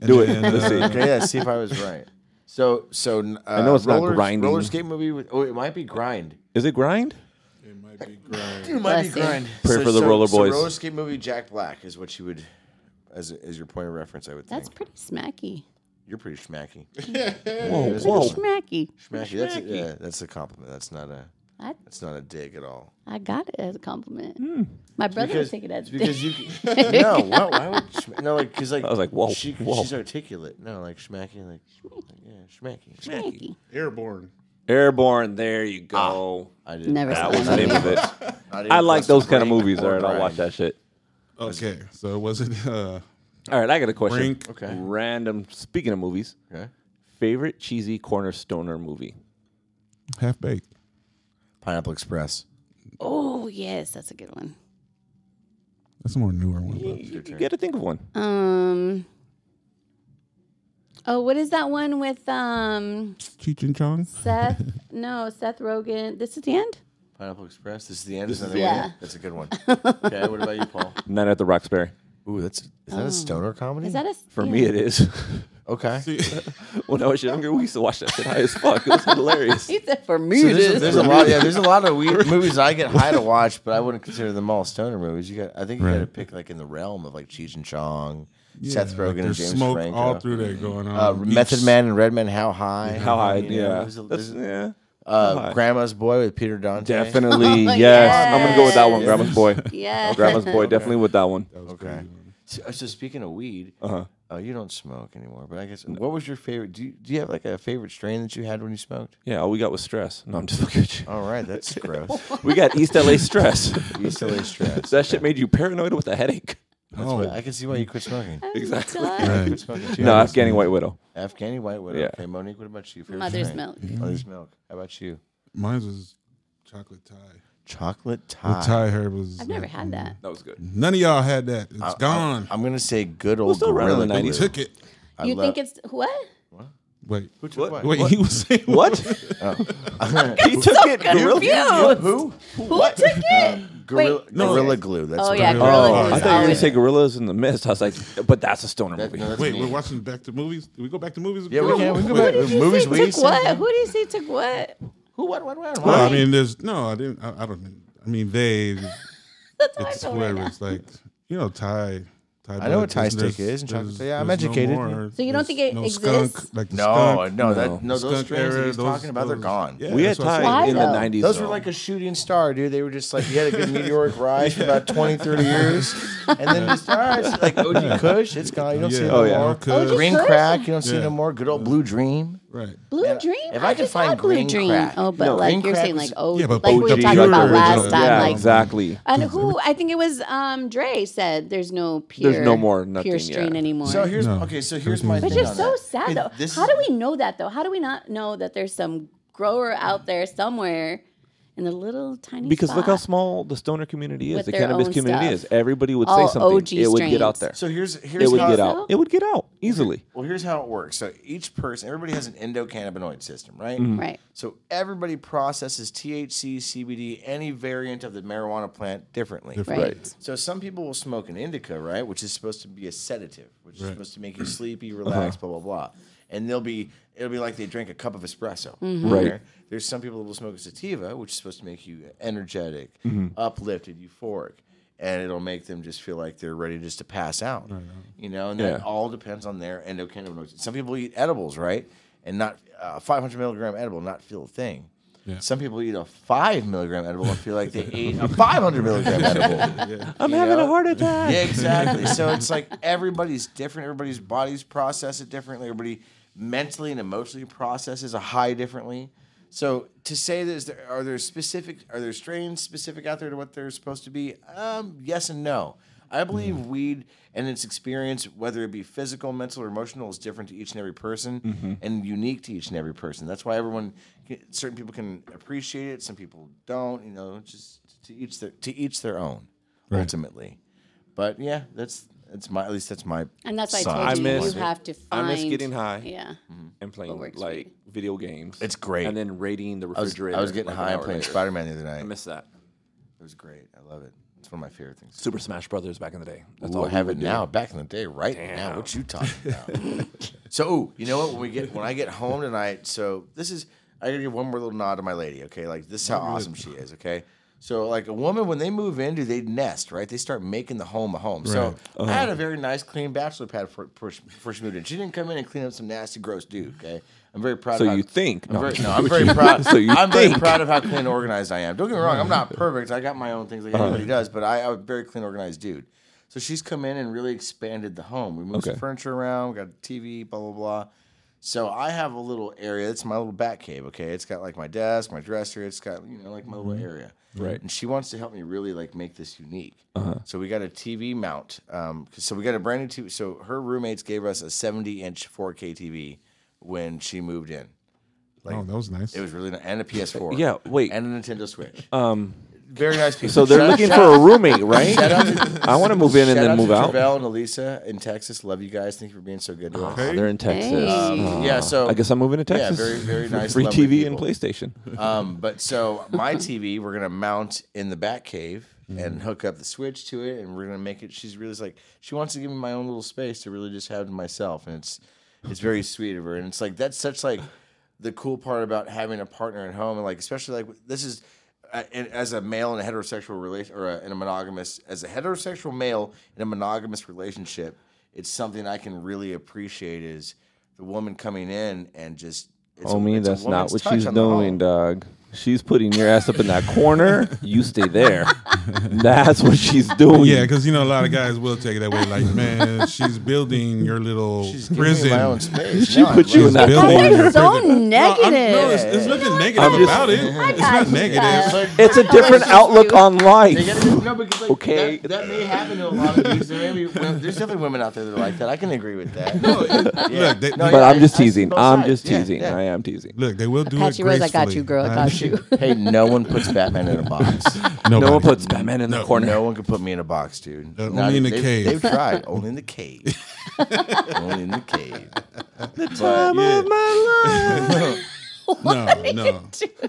Speaker 3: and
Speaker 2: Do it.
Speaker 3: then,
Speaker 2: Let's
Speaker 3: uh,
Speaker 2: see.
Speaker 4: Okay, yeah. See if I was right. So so uh, I
Speaker 2: know it's not
Speaker 4: roller,
Speaker 2: grinding.
Speaker 4: Roller skate movie with oh, it might be grind.
Speaker 2: Is it Grind?
Speaker 3: It might be great.
Speaker 4: It might be
Speaker 1: Bless you.
Speaker 4: grind.
Speaker 2: Pray for the roller boys.
Speaker 4: roller skate movie Jack Black is what you would, as as your point of reference, I would think.
Speaker 1: That's pretty smacky.
Speaker 4: You're pretty schmacky.
Speaker 2: Whoa, whoa.
Speaker 1: Smacky.
Speaker 4: Schmacky. That's a, yeah, that's a compliment. That's not a
Speaker 1: I,
Speaker 4: that's not a dig at all.
Speaker 1: I got it as a compliment.
Speaker 2: Hmm.
Speaker 1: My brother would take it as
Speaker 4: it's
Speaker 1: a
Speaker 4: because
Speaker 1: dig.
Speaker 4: you can- no why, why would schm- no like because like
Speaker 2: I was like, whoa,
Speaker 4: she,
Speaker 2: whoa.
Speaker 4: she's articulate no like schmacky like yeah schmacky
Speaker 1: Smacky.
Speaker 3: Airborne.
Speaker 2: Airborne. There you go.
Speaker 4: I did
Speaker 1: Never
Speaker 2: Ah, that
Speaker 1: saw
Speaker 2: was the
Speaker 1: that
Speaker 2: name
Speaker 1: movie.
Speaker 2: of it.
Speaker 4: didn't
Speaker 2: I like
Speaker 4: press the
Speaker 2: those kind of
Speaker 4: brake
Speaker 2: movies. All
Speaker 4: or
Speaker 2: right, I'll
Speaker 4: grind.
Speaker 2: watch that shit.
Speaker 3: Okay, so was it? Uh,
Speaker 2: All right, I got a question.
Speaker 3: Brink.
Speaker 4: Okay.
Speaker 2: Random. Speaking of movies,
Speaker 4: okay.
Speaker 2: favorite cheesy corner stoner movie.
Speaker 3: half baked.
Speaker 4: Pineapple Express
Speaker 1: Oh, yes. That's a good one.
Speaker 3: That's a more newer one. but-
Speaker 2: You, got to think of one.
Speaker 1: Um. Oh, what is that one with um
Speaker 3: Cheech and Chong.
Speaker 1: Seth? no, Seth Rogen. This is the end.
Speaker 4: Pineapple Express this is the end this
Speaker 2: is
Speaker 4: another
Speaker 1: the
Speaker 4: one
Speaker 1: end. Yeah.
Speaker 4: that's a good one okay what about you Paul
Speaker 2: Night at the Roxbury.
Speaker 4: ooh that's is that a stoner comedy
Speaker 1: Um, Is that a s-
Speaker 2: For
Speaker 1: yeah.
Speaker 2: me, it is.
Speaker 4: okay
Speaker 2: when I was younger, we used to watch that shit high as fuck. It was hilarious.
Speaker 1: He said for me
Speaker 4: So
Speaker 1: it
Speaker 4: there's, a,
Speaker 1: is.
Speaker 4: there's a lot. Yeah, there's a lot of weird movies I get high to watch, but I wouldn't consider them all stoner movies. You got, I think you got to
Speaker 3: Right.
Speaker 4: pick like in the realm of like Cheech and Chong,
Speaker 3: Yeah,
Speaker 4: Seth
Speaker 3: like
Speaker 4: Rogen, and
Speaker 3: there's
Speaker 4: James
Speaker 3: smoke
Speaker 4: Franco,
Speaker 3: all through there going on.
Speaker 4: uh, Method
Speaker 3: Each-
Speaker 4: Man and Redman. How high?
Speaker 2: How high?
Speaker 4: You know,
Speaker 2: Yeah.
Speaker 4: there's a-
Speaker 2: That's-
Speaker 4: there's a-
Speaker 2: yeah.
Speaker 4: uh,
Speaker 2: How high?
Speaker 4: Grandma's Boy with Peter Dante.
Speaker 2: Definitely.
Speaker 1: Oh,
Speaker 2: yes. I'm going to go with that one,
Speaker 1: yes.
Speaker 2: Grandma's Boy.
Speaker 1: Yeah.
Speaker 2: Grandma's Boy, definitely with that one.
Speaker 3: That was
Speaker 4: Okay.
Speaker 3: pretty good. Uh-huh.
Speaker 4: So, uh, so speaking of weed, uh you don't smoke anymore. But I guess what was your favorite? Do you, do you have like a favorite strain that you had when you smoked?
Speaker 2: Yeah, all we got was stress. No, I'm just fucking with you.
Speaker 4: All right, that's gross.
Speaker 2: We got East LA stress.
Speaker 4: You still is stress.
Speaker 2: that shit made you paranoid with a headache.
Speaker 3: Oh,
Speaker 4: I can see why you quit smoking.
Speaker 2: Exactly.
Speaker 1: God.
Speaker 3: right.
Speaker 4: Smoking too
Speaker 2: No,
Speaker 4: much.
Speaker 2: Afghani White Widow.
Speaker 4: Afghani White Widow.
Speaker 2: Yeah.
Speaker 4: Okay, Monique, what about you? Favorite
Speaker 1: Mother's
Speaker 4: drink?
Speaker 1: milk.
Speaker 4: Mother's milk.
Speaker 3: Mm-hmm.
Speaker 4: How about you?
Speaker 3: Mine was chocolate Thai.
Speaker 4: Chocolate
Speaker 3: The
Speaker 4: Thai.
Speaker 3: Thai herb was. uh,
Speaker 1: I've never had that.
Speaker 2: That was good.
Speaker 3: None of y'all had that. It's gone.
Speaker 4: I'm gonna say good old
Speaker 2: still around in
Speaker 4: gorilla
Speaker 2: the 90s.
Speaker 4: Glue.
Speaker 3: Took it.
Speaker 4: I
Speaker 1: You
Speaker 4: love-
Speaker 1: think it's what?
Speaker 3: Wait.
Speaker 4: Who took what?
Speaker 3: Wait, he was saying
Speaker 2: What? he took it. Gorilla.
Speaker 1: confused.
Speaker 2: Who?
Speaker 1: Who took it?
Speaker 4: Gorilla,
Speaker 1: Wait.
Speaker 3: No.
Speaker 4: gorilla glue. That's
Speaker 1: Oh
Speaker 4: what
Speaker 1: yeah,
Speaker 4: it-
Speaker 1: Gorilla
Speaker 2: Oh,
Speaker 1: Glue
Speaker 2: I
Speaker 1: is
Speaker 2: thought you were gonna
Speaker 1: always-
Speaker 2: say Gorillas in the Mist. I was like, but that's a stoner
Speaker 4: That-
Speaker 2: movie.
Speaker 4: no, that's
Speaker 3: Wait,
Speaker 4: me.
Speaker 3: we're watching back to movies. Did we go back to movies?
Speaker 4: Yeah, we can. We can go back.
Speaker 1: Who did you
Speaker 4: Movies
Speaker 1: say
Speaker 4: we
Speaker 1: took
Speaker 4: said-
Speaker 1: what? Who did you say took what?
Speaker 4: Who? What? What? What?
Speaker 3: Well,
Speaker 4: why?
Speaker 3: I mean, there's no. I didn't. I, I don't. mean- I mean, they.
Speaker 1: That's how I
Speaker 3: It's
Speaker 1: feel right
Speaker 3: whatever.
Speaker 1: now.
Speaker 3: It's like you know Thai. Thai
Speaker 4: I know what
Speaker 3: blood
Speaker 4: Thai
Speaker 3: is, and
Speaker 4: steak
Speaker 3: there's-
Speaker 4: is and chocolate-
Speaker 3: there's-
Speaker 4: yeah, I'm
Speaker 3: there's no
Speaker 4: educated.
Speaker 3: more.
Speaker 1: So you don't think
Speaker 3: There's
Speaker 1: it
Speaker 3: no
Speaker 1: exists?
Speaker 3: skunk, like the
Speaker 4: no,
Speaker 3: skunk.
Speaker 4: no,
Speaker 2: No.
Speaker 4: that no. Those
Speaker 3: Skunk
Speaker 4: strains that
Speaker 3: era,
Speaker 4: he's
Speaker 3: those-
Speaker 4: talking about, they're
Speaker 3: those-
Speaker 4: gone.
Speaker 3: yeah,
Speaker 2: we had
Speaker 3: that's what I'm
Speaker 2: Thai
Speaker 1: Why
Speaker 2: in the
Speaker 1: though?
Speaker 2: '90s.
Speaker 4: Those were
Speaker 2: though.
Speaker 4: like a shooting star, dude. They were just like you had a good meteoric rise for about 20, 30 years, and then just all right, it's like OG Kush, it's gone. You don't see it
Speaker 3: Yeah.
Speaker 4: no
Speaker 2: yeah.
Speaker 4: more.
Speaker 3: OG
Speaker 4: Green
Speaker 1: Kush?
Speaker 4: crack, you don't see it
Speaker 3: Yeah.
Speaker 4: no more. Good old Blue Dream.
Speaker 3: Right.
Speaker 1: Blue
Speaker 4: And
Speaker 1: Dream.
Speaker 4: if I could
Speaker 1: just
Speaker 4: find
Speaker 1: had Blue
Speaker 4: Green
Speaker 1: Dream.
Speaker 4: Crack-
Speaker 1: Oh, but
Speaker 4: No, Green
Speaker 1: like you're
Speaker 4: Crack
Speaker 1: saying,
Speaker 4: was-
Speaker 1: like oh,
Speaker 3: Yeah, but
Speaker 1: like we
Speaker 3: OG
Speaker 1: were talking about
Speaker 3: original.
Speaker 1: last time,
Speaker 2: yeah,
Speaker 1: like
Speaker 2: exactly.
Speaker 1: and who I think it was um Dre said there's no pure
Speaker 2: There's no more
Speaker 1: pure
Speaker 2: nothing,
Speaker 1: strain
Speaker 2: yeah.
Speaker 1: anymore.
Speaker 4: So here's
Speaker 3: No.
Speaker 4: okay. So here's my.
Speaker 3: But
Speaker 1: Which
Speaker 4: thing
Speaker 1: is
Speaker 4: on
Speaker 1: so
Speaker 4: that.
Speaker 1: sad
Speaker 4: It-
Speaker 1: though.
Speaker 4: this
Speaker 1: How
Speaker 4: is-
Speaker 1: do we know that though? How do we not know that there's some grower out there somewhere in the little tiny
Speaker 2: Because look how
Speaker 1: spot?
Speaker 2: small the stoner community is,
Speaker 1: With
Speaker 2: the
Speaker 1: their
Speaker 2: cannabis
Speaker 1: own
Speaker 2: community
Speaker 1: stuff.
Speaker 2: is. Everybody would
Speaker 1: All
Speaker 2: say something.
Speaker 1: OG
Speaker 2: it would get out
Speaker 1: strains.
Speaker 2: there.
Speaker 4: So here's here's
Speaker 2: It would
Speaker 4: how
Speaker 2: get
Speaker 1: So-
Speaker 2: out. It would get out easily.
Speaker 4: Well, here's how it works. So each person, everybody has an endocannabinoid system, right?
Speaker 1: Right.
Speaker 4: So everybody processes THC, CBD, any variant of the marijuana plant differently.
Speaker 1: Right.
Speaker 4: So some people will smoke an indica, right, which is supposed to be a sedative, which is
Speaker 3: Right.
Speaker 4: supposed to make you sleepy, relax, blah blah blah. And they'll be it'll be like they drink a cup of espresso.
Speaker 2: Right.
Speaker 4: Okay? There's some people that will smoke a sativa, which is supposed to make you energetic, uplifted, euphoric, and it'll make them just feel like they're ready just to pass out. You know, and that
Speaker 2: Yeah.
Speaker 4: all depends on their endocannabinoids. Some people eat edibles, right, and not a 500 milligram edible, not feel a thing.
Speaker 3: Yeah.
Speaker 4: Some people eat a five milligram edible and feel like they ate a 500 milligram edible.
Speaker 2: I'm
Speaker 4: You
Speaker 2: having
Speaker 4: know?
Speaker 2: a heart attack.
Speaker 4: Yeah, exactly. so it's like everybody's different. Everybody's bodies process it differently. Everybody mentally and emotionally processes a high differently. So to say this, there, are there specific, are there strains specific out there to what they're supposed to be? Um, yes and no. I believe weed and its experience, whether it be physical, mental, or emotional, is different to each and every person and unique to each and every person. That's why everyone, certain people can appreciate it, some people don't. You know, just to each their, to each their own, ultimately. But yeah, that's that's my at least that's my
Speaker 1: And that's why I
Speaker 4: side
Speaker 1: told you
Speaker 2: I
Speaker 1: you
Speaker 2: miss-
Speaker 1: have to
Speaker 2: I
Speaker 1: find.
Speaker 2: miss getting high.
Speaker 1: Yeah.
Speaker 2: and playing
Speaker 1: works for
Speaker 2: like video games.
Speaker 4: It's great.
Speaker 2: And then raiding the
Speaker 4: I was,
Speaker 2: refrigerator.
Speaker 4: I was getting
Speaker 2: like, an
Speaker 4: high
Speaker 2: hour
Speaker 4: playing
Speaker 2: later.
Speaker 4: Spider Man the other night.
Speaker 2: I miss that.
Speaker 4: it was great. I love it. It's one of my favorite things.
Speaker 2: Super Smash Brothers back in the day. That's
Speaker 4: Ooh,
Speaker 2: all
Speaker 4: I
Speaker 2: we
Speaker 4: have
Speaker 2: would
Speaker 4: it
Speaker 2: do.
Speaker 4: now. Back in the day, right now, what you talking about? so ooh, you know what? When we get when I get home tonight, so this is I gotta give one more little nod to my lady. Okay, like this is how awesome she is. Okay. So like a woman, when they move in, do they nest? Right, they start making the home a home. So I had
Speaker 2: Uh-huh.
Speaker 4: a very nice, clean bachelor pad for, for, for she moved in. She didn't come in and clean up some nasty, gross dude. Okay, I'm very proud.
Speaker 2: So
Speaker 4: of how-
Speaker 2: you think?
Speaker 4: I'm
Speaker 2: No.
Speaker 4: very, no, I'm very proud.
Speaker 2: So you
Speaker 4: I'm very
Speaker 2: think. Uh-huh.
Speaker 4: proud of how clean and organized I am. Don't get me wrong, I'm not perfect. I got my own things like everybody does, but I, I'm a very clean, organized dude. So she's come in and really expanded the home. We moved
Speaker 2: Okay.
Speaker 4: some furniture around, we got a TV, blah, blah, blah. So I have a little area. It's my little bat cave, okay? It's got like my desk, my dresser, it's got, you know, like my little area.
Speaker 2: Mm-hmm. Right. Uh-huh.
Speaker 4: And she wants to help me really like make this unique. So we got a TV mount. Um, 'cause- so we got a brand new TV. So her roommates gave us a 70 inch 4K TV when she moved in.
Speaker 3: oh, that was nice.
Speaker 4: It was really nice. And a PS4.
Speaker 2: Yeah, wait. Uh,
Speaker 4: And a Nintendo Switch. Um, Very nice people.
Speaker 2: So they're looking for a roommate, right? I want to move in and then move out.
Speaker 4: Travell and Elisa in Texas. Love you guys. Thank you for being so good to us.
Speaker 2: Oh, they're in Texas.
Speaker 4: um,
Speaker 1: Hey.
Speaker 2: Oh,
Speaker 4: Yeah, so
Speaker 2: I guess I'm moving to
Speaker 4: Yeah,
Speaker 2: Texas.
Speaker 4: very, very nice,
Speaker 2: Free
Speaker 4: lovely
Speaker 2: TV and
Speaker 4: people.
Speaker 2: PlayStation.
Speaker 4: Um, but so my TV, we're gonna mount in the back cave and hook up the switch to it, and we're gonna make it. She's really like she wants to give me my own little space to really just have to myself, and it's it's very sweet of her, and it's like that's such like the cool part about having a partner at home, and like especially like this is. uh, and As a male in a heterosexual relation or a, in a monogamous, as a heterosexual male in a monogamous relationship, it's something I can really appreciate is the woman coming in and just. It's a-
Speaker 2: Oh me,
Speaker 4: it's a
Speaker 2: that's not
Speaker 4: woman's
Speaker 2: what
Speaker 4: touch
Speaker 2: she's
Speaker 4: on the home.
Speaker 2: doing, dog. She's putting your ass up in that corner. You stay there. That's what she's doing.
Speaker 3: Yeah, because you know a lot of guys will take it that way. Like, man, she's building your little
Speaker 4: She's giving me
Speaker 3: prison.
Speaker 4: my own space.
Speaker 2: She
Speaker 4: No, I
Speaker 2: put
Speaker 4: love
Speaker 2: you in
Speaker 4: it.
Speaker 2: that
Speaker 3: Building
Speaker 2: corner.
Speaker 3: your
Speaker 1: That is so
Speaker 3: prison. No, I'm- No, it's,
Speaker 1: negative.
Speaker 3: it's looking negative
Speaker 2: I'm just-
Speaker 3: about it. It's not negative.
Speaker 1: Yeah.
Speaker 2: It's a different outlook on
Speaker 4: They
Speaker 2: life.
Speaker 4: gotta be- no, because, like,
Speaker 2: Okay.
Speaker 4: That, that may happen to a lot of dudes. There may be, well, there's definitely women out there that are like that. I can agree with that.
Speaker 3: Look, they,
Speaker 4: No,
Speaker 3: they-
Speaker 2: But
Speaker 4: yeah,
Speaker 2: I'm just
Speaker 4: I see
Speaker 2: teasing.
Speaker 4: both
Speaker 2: I'm
Speaker 4: sides.
Speaker 2: just
Speaker 4: Yeah,
Speaker 2: teasing.
Speaker 4: yeah.
Speaker 2: I am teasing.
Speaker 3: look, they will do
Speaker 1: Patchy
Speaker 3: it
Speaker 1: Rose,
Speaker 3: gracefully.
Speaker 1: I got you, girl. I got you.
Speaker 4: hey, no one puts Batman in a box.
Speaker 2: No one puts Batman in the corner.
Speaker 4: No one can put me in a box, dude.
Speaker 3: Uh,
Speaker 4: Not
Speaker 3: only in the
Speaker 4: they've-
Speaker 3: cave.
Speaker 4: They've tried. Only in the cave. only in the cave.
Speaker 2: Time of my life.
Speaker 3: No, no.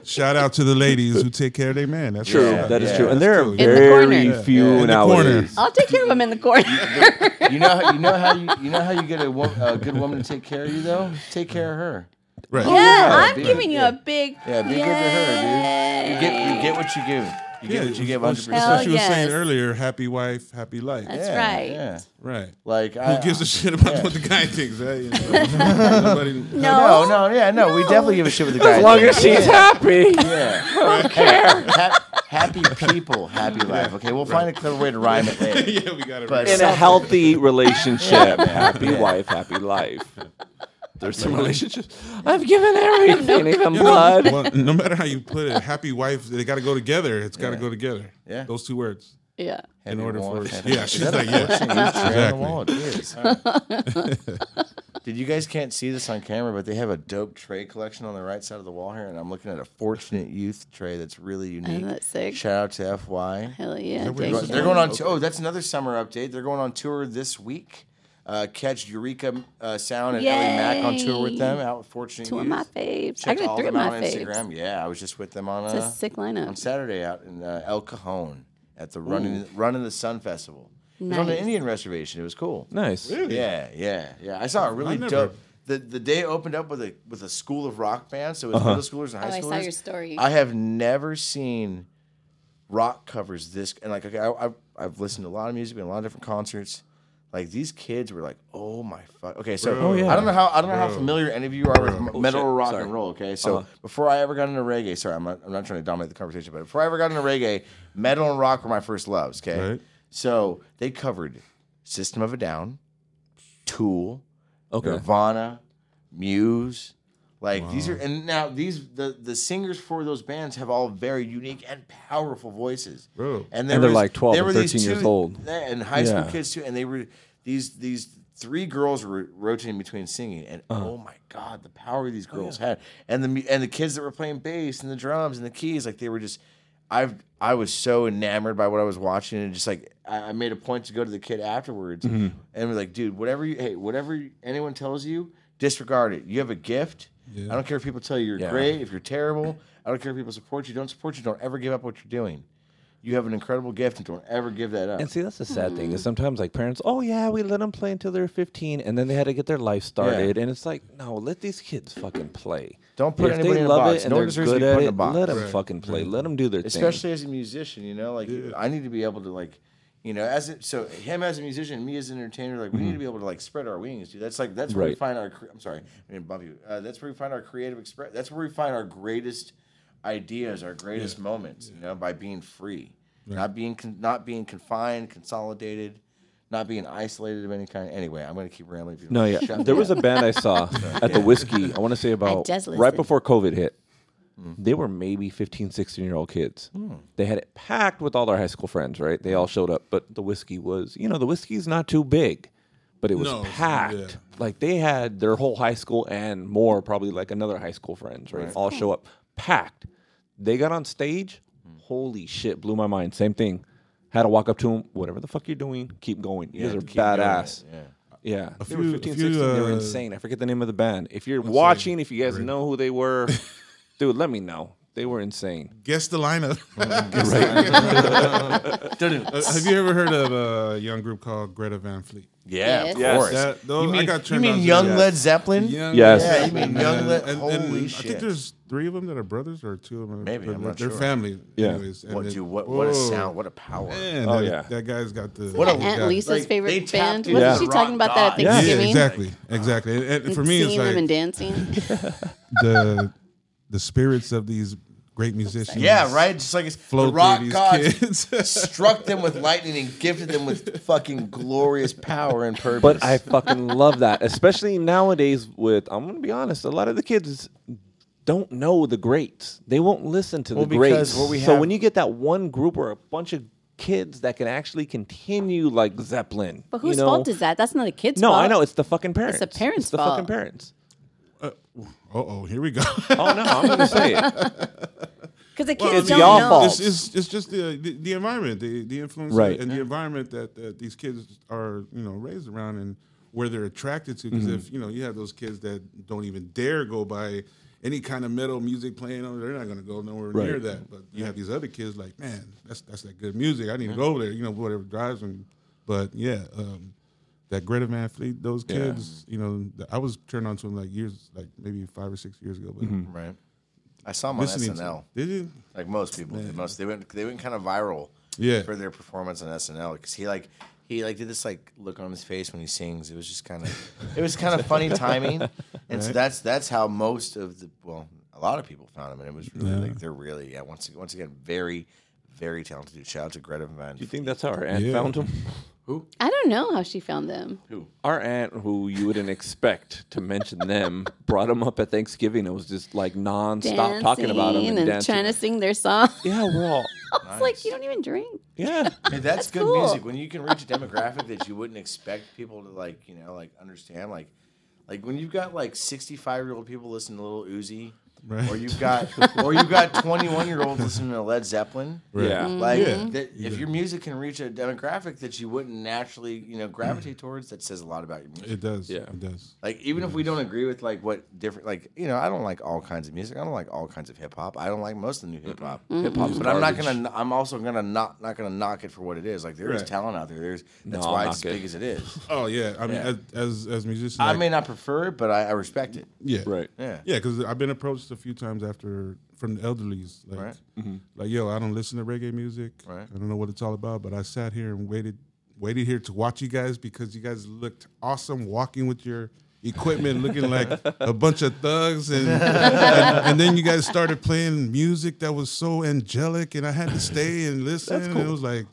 Speaker 3: Shout out to the ladies who take care of their man. That's
Speaker 2: True,
Speaker 3: what's up.
Speaker 2: that is
Speaker 4: yeah.
Speaker 2: true, and there are
Speaker 3: true.
Speaker 1: In the corner.
Speaker 2: very
Speaker 1: Yeah,
Speaker 2: few
Speaker 3: In the corner.
Speaker 2: nowadays.
Speaker 1: I'll take care of him in the corner.
Speaker 4: You know, how- you know how you, you know how you get a, wo- a good woman to take care of you though. Take care of her.
Speaker 3: Right.
Speaker 1: yeah, I'm
Speaker 4: be good.
Speaker 1: giving you a big.
Speaker 4: Yeah, be good to her, dude. You get you get what you give. You get what you give.
Speaker 3: well,
Speaker 4: 100.
Speaker 3: that's
Speaker 1: Hell
Speaker 3: what she was
Speaker 1: yes.
Speaker 3: saying earlier, happy wife, happy life.
Speaker 1: That's right.
Speaker 4: Yeah. Uh,
Speaker 3: Right.
Speaker 4: Like who
Speaker 3: Who gives a shit about what the guy thinks? eh? You know, nobody-
Speaker 1: No.
Speaker 4: No, no, yeah, no, We definitely give a shit with the guy.
Speaker 2: As
Speaker 1: Oh,
Speaker 2: long
Speaker 4: thinks.
Speaker 2: as she's happy.
Speaker 4: Yeah. Hey, hap- happy people, happy life. Okay, we'll find a clever way to rhyme it later.
Speaker 3: yeah, we got it.
Speaker 4: But-
Speaker 3: Right.
Speaker 2: In a healthy relationship, happy wife, happy life. There's some relationships. I've given everything, even blood.
Speaker 3: Well, no matter how you put it, happy wife, they got to go together. It's got to go together.
Speaker 4: Yeah.
Speaker 3: Those two words.
Speaker 1: Yeah.
Speaker 3: In
Speaker 4: Heavy
Speaker 3: order
Speaker 4: wall
Speaker 3: for
Speaker 4: of
Speaker 3: it.
Speaker 4: heavy-
Speaker 3: Yeah,
Speaker 4: Is
Speaker 3: she's
Speaker 4: that a
Speaker 3: like, yeah,
Speaker 4: flashing leaf tray on the
Speaker 3: exactly.
Speaker 4: wall? It is. Alright. Dude, you guys can't see this on camera, but they have a dope tray collection on the right side of the wall here, and I'm looking at a Fortunate Youth tray that's really unique.
Speaker 1: that's sick.
Speaker 4: Shout out to FY.
Speaker 1: Hell yeah.
Speaker 3: we're
Speaker 1: dig
Speaker 3: going-
Speaker 1: it.
Speaker 4: They're going on. To, oh, that's another summer update. They're going on tour this week. Uh, catch Eureka uh, Sound and Ellie Mack on tour with them out with Fortunate
Speaker 1: Two
Speaker 4: Youth.
Speaker 1: of my faves.
Speaker 4: Check
Speaker 1: Actually,
Speaker 4: all
Speaker 1: three of
Speaker 4: them
Speaker 1: my
Speaker 4: out on
Speaker 1: faves.
Speaker 4: Instagram. Yeah, I was just with them on
Speaker 1: It's a
Speaker 4: uh,
Speaker 1: sick
Speaker 4: on
Speaker 1: lineup.
Speaker 4: Saturday out in uh, El Cajon at the Run in, Run in the Sun Festival. It was on an
Speaker 1: Nice.
Speaker 4: Indian reservation. It was cool.
Speaker 2: Nice.
Speaker 4: Yeah, yeah, yeah. I saw a really
Speaker 3: never-
Speaker 4: dope. The, the day opened up with a with a school of rock bands, so it was middle schoolers and
Speaker 1: Oh,
Speaker 4: high
Speaker 1: I
Speaker 4: schoolers.
Speaker 1: saw your story.
Speaker 4: I have never seen rock covers this and like okay, I, I've I've listened to a lot of music, been to a lot of different concerts. Like these kids were like, oh my fuck. Okay, so
Speaker 3: Bro. Oh,
Speaker 2: yeah.
Speaker 4: I don't know how I don't know how
Speaker 3: Bro.
Speaker 4: familiar any of you are with m- metal
Speaker 2: Oh, shit.
Speaker 4: or rock
Speaker 2: Sorry. Uh-huh.
Speaker 4: and roll. Okay, so before I ever got into reggae, sorry, I'm not I'm not trying to dominate the conversation, but before I ever got into reggae, metal and rock were my first loves. Okay,
Speaker 3: Right.
Speaker 4: so they covered System of a Down, Tool,
Speaker 2: Okay.
Speaker 4: Nirvana, Muse. Like these are and now these the the singers for those bands have all very unique and powerful voices.
Speaker 3: Bro.
Speaker 4: And, there
Speaker 2: And they're
Speaker 4: was-
Speaker 2: like 12
Speaker 4: there
Speaker 2: or
Speaker 4: were these
Speaker 2: 13 years
Speaker 4: two-
Speaker 2: old.
Speaker 4: And high school
Speaker 2: Yeah.
Speaker 4: kids too and they were these these three girls were rotating between singing and
Speaker 2: Uh-huh.
Speaker 4: oh my god, the power these
Speaker 2: Oh,
Speaker 4: girls had. And the mu- and the kids that were playing bass and the drums and the keys like they were just I've I was so enamored by what I was watching and just like I, I made a point to go to the kid afterwards
Speaker 2: Mm-hmm.
Speaker 4: and was like, dude, whatever you hey, whatever you- anyone tells you, disregard it. You have a gift. I don't care if people tell you you're
Speaker 2: Yeah.
Speaker 4: great, if you're terrible. I don't care if people support you, don't support you. Don't ever give up what you're doing. You have an incredible gift, and don't ever give that up.
Speaker 2: And see, that's the sad thing is sometimes like parents, oh yeah, we let them play until they're 15, and then they had to get their life started, and it's like, no, let these kids fucking play.
Speaker 4: Don't put
Speaker 2: if
Speaker 4: anybody
Speaker 2: they
Speaker 4: in a
Speaker 2: love
Speaker 4: box.
Speaker 2: it and
Speaker 4: No one
Speaker 2: they're
Speaker 4: deserves to
Speaker 2: good
Speaker 4: be
Speaker 2: at
Speaker 4: put in
Speaker 2: it.
Speaker 4: a box.
Speaker 2: Let them
Speaker 3: Right,
Speaker 2: fucking play. Let them do their thing.
Speaker 4: especially as a musician you know like i need to be able to like you know as it, so him as a musician me as an entertainer like we need to be able to like spread our wings dude that's like that's where we
Speaker 2: Right.
Speaker 4: find our cre- i'm sorry i didn't bump you uh, that's where we find our creative express that's where we find our greatest ideas our greatest moments you know by being free not being con- not being confined consolidated not being isolated of any kind anyway i'm going to keep rambling if you don't
Speaker 2: No, yeah.
Speaker 4: shut me
Speaker 2: There was
Speaker 4: up.
Speaker 2: a band I saw at the whiskey. I want to say about
Speaker 1: just
Speaker 2: right
Speaker 1: listened.
Speaker 2: before COVID hit.
Speaker 4: Hmm.
Speaker 2: They were maybe 15, 16 year old kids. They had it packed with all their high school friends, right? They all showed up, but the whiskey was, you know, the whiskey's not too big, but it was
Speaker 3: No, it's-
Speaker 2: packed.
Speaker 3: yeah.
Speaker 2: Like they had their whole high school and more, probably like another high school friends, right? All show up packed. They got on stage.
Speaker 4: Hmm.
Speaker 2: Holy shit, blew my mind. Same thing. Had to walk up to them, whatever the fuck you're doing, keep going. You guys are
Speaker 4: Keep doing it,
Speaker 2: badass.
Speaker 4: yeah
Speaker 2: Yeah. They
Speaker 3: few-
Speaker 2: were
Speaker 3: a
Speaker 2: 15,
Speaker 3: few,
Speaker 2: 16. they were
Speaker 3: uh,
Speaker 2: insane. I forget the name of the band. If you're watching, if you guys know who they were, dude, let me know. They were insane.
Speaker 3: Guess the lineup. Uh, Have you ever heard of a young group called Greta Van Fleet?
Speaker 4: yeah,
Speaker 1: Yes.
Speaker 4: of
Speaker 2: Yes.
Speaker 4: course
Speaker 3: That- those-
Speaker 4: you
Speaker 3: I
Speaker 4: mean,
Speaker 3: got
Speaker 4: you
Speaker 3: turned on
Speaker 4: mean
Speaker 3: to
Speaker 4: young
Speaker 3: that.
Speaker 4: Led Zeppelin?
Speaker 3: Young
Speaker 2: Yes.
Speaker 3: Led
Speaker 4: Mm-hmm. Yeah, you mean
Speaker 3: Zeppelin,
Speaker 4: Young
Speaker 3: man.
Speaker 4: Led-
Speaker 3: And-
Speaker 4: holy
Speaker 3: and I
Speaker 4: shit.
Speaker 3: think there's three of them that are brothers or two of them. Are,
Speaker 4: Maybe, I'm not
Speaker 3: they're
Speaker 4: sure.
Speaker 3: family.
Speaker 2: Yeah.
Speaker 3: Anyways, and
Speaker 4: What,
Speaker 3: then-
Speaker 4: dude, what, what a
Speaker 3: whoa,
Speaker 4: sound! What a power!
Speaker 3: Man,
Speaker 2: Oh,
Speaker 3: that,
Speaker 2: yeah.
Speaker 3: that guy's got the.
Speaker 4: What a-
Speaker 3: that
Speaker 1: Aunt
Speaker 3: guy-
Speaker 1: Lisa's
Speaker 4: Like, they
Speaker 1: favorite
Speaker 4: tapped
Speaker 1: band.
Speaker 4: into
Speaker 1: Wasn't
Speaker 2: the
Speaker 1: she talking
Speaker 4: rock
Speaker 1: about that at
Speaker 4: god. Yeah,
Speaker 3: Yeah,
Speaker 1: Thanksgiving?
Speaker 3: exactly, exactly. And, and for me, it's
Speaker 1: Singing them and
Speaker 3: like
Speaker 1: dancing.
Speaker 3: the the spirits of these great musicians.
Speaker 4: Yeah, right. Just like it's
Speaker 3: Flow
Speaker 4: the rock
Speaker 3: through these
Speaker 4: gods
Speaker 3: kids.
Speaker 4: struck them with lightning and gifted them with fucking glorious power and purpose.
Speaker 2: But I fucking love that, especially nowadays. With I'm gonna be honest, a lot of the kids don't know the greats. They won't listen to
Speaker 4: Well,
Speaker 2: the
Speaker 4: because
Speaker 2: greats.
Speaker 4: what we
Speaker 2: so
Speaker 4: have-
Speaker 2: when you get that one group or a bunch of kids that can actually continue like Zeppelin,
Speaker 1: But whose
Speaker 2: you know?
Speaker 1: fault is that? That's not a kid's
Speaker 2: No,
Speaker 1: fault.
Speaker 2: I know it's the fucking parents.
Speaker 1: the parents'
Speaker 2: It's the fucking
Speaker 1: fault.
Speaker 2: parents.
Speaker 3: Uh oh, here we go.
Speaker 2: Oh no, I'm gonna say it.
Speaker 1: Because the kids
Speaker 2: it's
Speaker 1: don't
Speaker 2: y'all
Speaker 1: know.
Speaker 2: fault.
Speaker 3: It's, it's, it's just the, the the environment, the the influence,
Speaker 2: Right.
Speaker 3: and the environment that, that these kids are you know raised around and where they're attracted to. Because
Speaker 2: Mm-hmm.
Speaker 3: if you know you have those kids that don't even dare go by any kind of metal music playing, oh, they're not going to go nowhere near
Speaker 2: Right.
Speaker 3: that. But you have these other kids like, man, that's that's that good music. I need to go over there. You know, whatever drives them. But yeah. Um, that Greta Van Fleet, those kids, you know, th- I was turned on to them like years, like maybe five or six years ago. But
Speaker 2: Mm-hmm.
Speaker 4: right. I saw him on
Speaker 3: listening to
Speaker 4: SNL.
Speaker 3: did you?
Speaker 4: Like most people, did. most they went they went kind of viral.
Speaker 3: Yeah.
Speaker 4: For their performance on SNL, because he like he like did this like look on his face when he sings. It was just kind of it was kind of funny timing, and so that's that's how most of the well a lot of people found him, and it was really like they're really yeah once once again very very talented. Dude. Shout out to Greta Van.
Speaker 2: You think that's how our aunt found him?
Speaker 4: Who?
Speaker 1: I don't know how she found them.
Speaker 4: Who?
Speaker 2: Our aunt, who you wouldn't expect to mention them, brought them up at Thanksgiving and was just like nonstop talking about them and,
Speaker 1: and
Speaker 2: dancing.
Speaker 1: trying to sing their song.
Speaker 2: yeah, we're all.
Speaker 1: I was like, you don't even drink.
Speaker 2: Yeah.
Speaker 4: Hey, that's, good
Speaker 1: cool.
Speaker 4: music when you can reach a demographic that you wouldn't expect people to like, you know, like understand. Like, like when you've got like sixty-five year old people listening to Little Uzi,
Speaker 3: Right.
Speaker 4: or you've got, or you've got twenty-one year olds listening to Led Zeppelin.
Speaker 2: Yeah.
Speaker 4: Like,
Speaker 3: Yeah.
Speaker 4: that, if your music can reach a demographic that you wouldn't naturally, you know,
Speaker 3: Mm.
Speaker 4: gravitate towards, that says a lot about your music.
Speaker 3: It does.
Speaker 2: Yeah.
Speaker 3: It does.
Speaker 4: Like even if we don't agree with like what different like you know I don't like all kinds of music I don't like all kinds of hip hop I don't like most of the new hip hop
Speaker 2: Hip hop's
Speaker 4: but I'm not
Speaker 2: garbage.
Speaker 4: gonna I'm also gonna not not gonna knock it for what it is like there is
Speaker 3: Right.
Speaker 4: talent out there there's that's
Speaker 2: No,
Speaker 4: why
Speaker 2: I'll
Speaker 4: it's as
Speaker 2: knock
Speaker 4: big
Speaker 2: it.
Speaker 4: as it is
Speaker 3: Oh yeah. I mean,
Speaker 4: Yeah.
Speaker 3: as as as musicians,
Speaker 4: I
Speaker 3: like-
Speaker 4: may not prefer it but I, I respect it
Speaker 3: yeah,
Speaker 2: Right.
Speaker 4: yeah
Speaker 3: Yeah, because I've been approached a few times after from the elderlies, like,
Speaker 4: Right.
Speaker 3: like, yo, I don't listen to reggae music.
Speaker 4: Right.
Speaker 3: I don't know what it's all about, but I sat here and waited, waited here to watch you guys because you guys looked awesome walking with your equipment, looking like a bunch of thugs, and, and and then you guys started playing music that was so angelic, and I had to stay and listen, and it was like.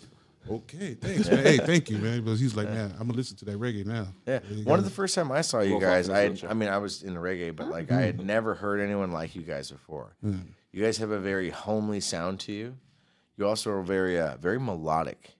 Speaker 3: Okay, thanks, man. Hey, thank you, man. But he's like, man, I'm gonna listen to that reggae now.
Speaker 4: yeah
Speaker 3: There you
Speaker 4: one of
Speaker 3: go.
Speaker 4: the first time I saw you
Speaker 2: Wolf
Speaker 4: guys
Speaker 2: Walker
Speaker 4: I had,
Speaker 2: Sunshine.
Speaker 4: I mean I was in the reggae but like I had never heard anyone like you guys before you guys have a very homely sound to you you also are very uh, very melodic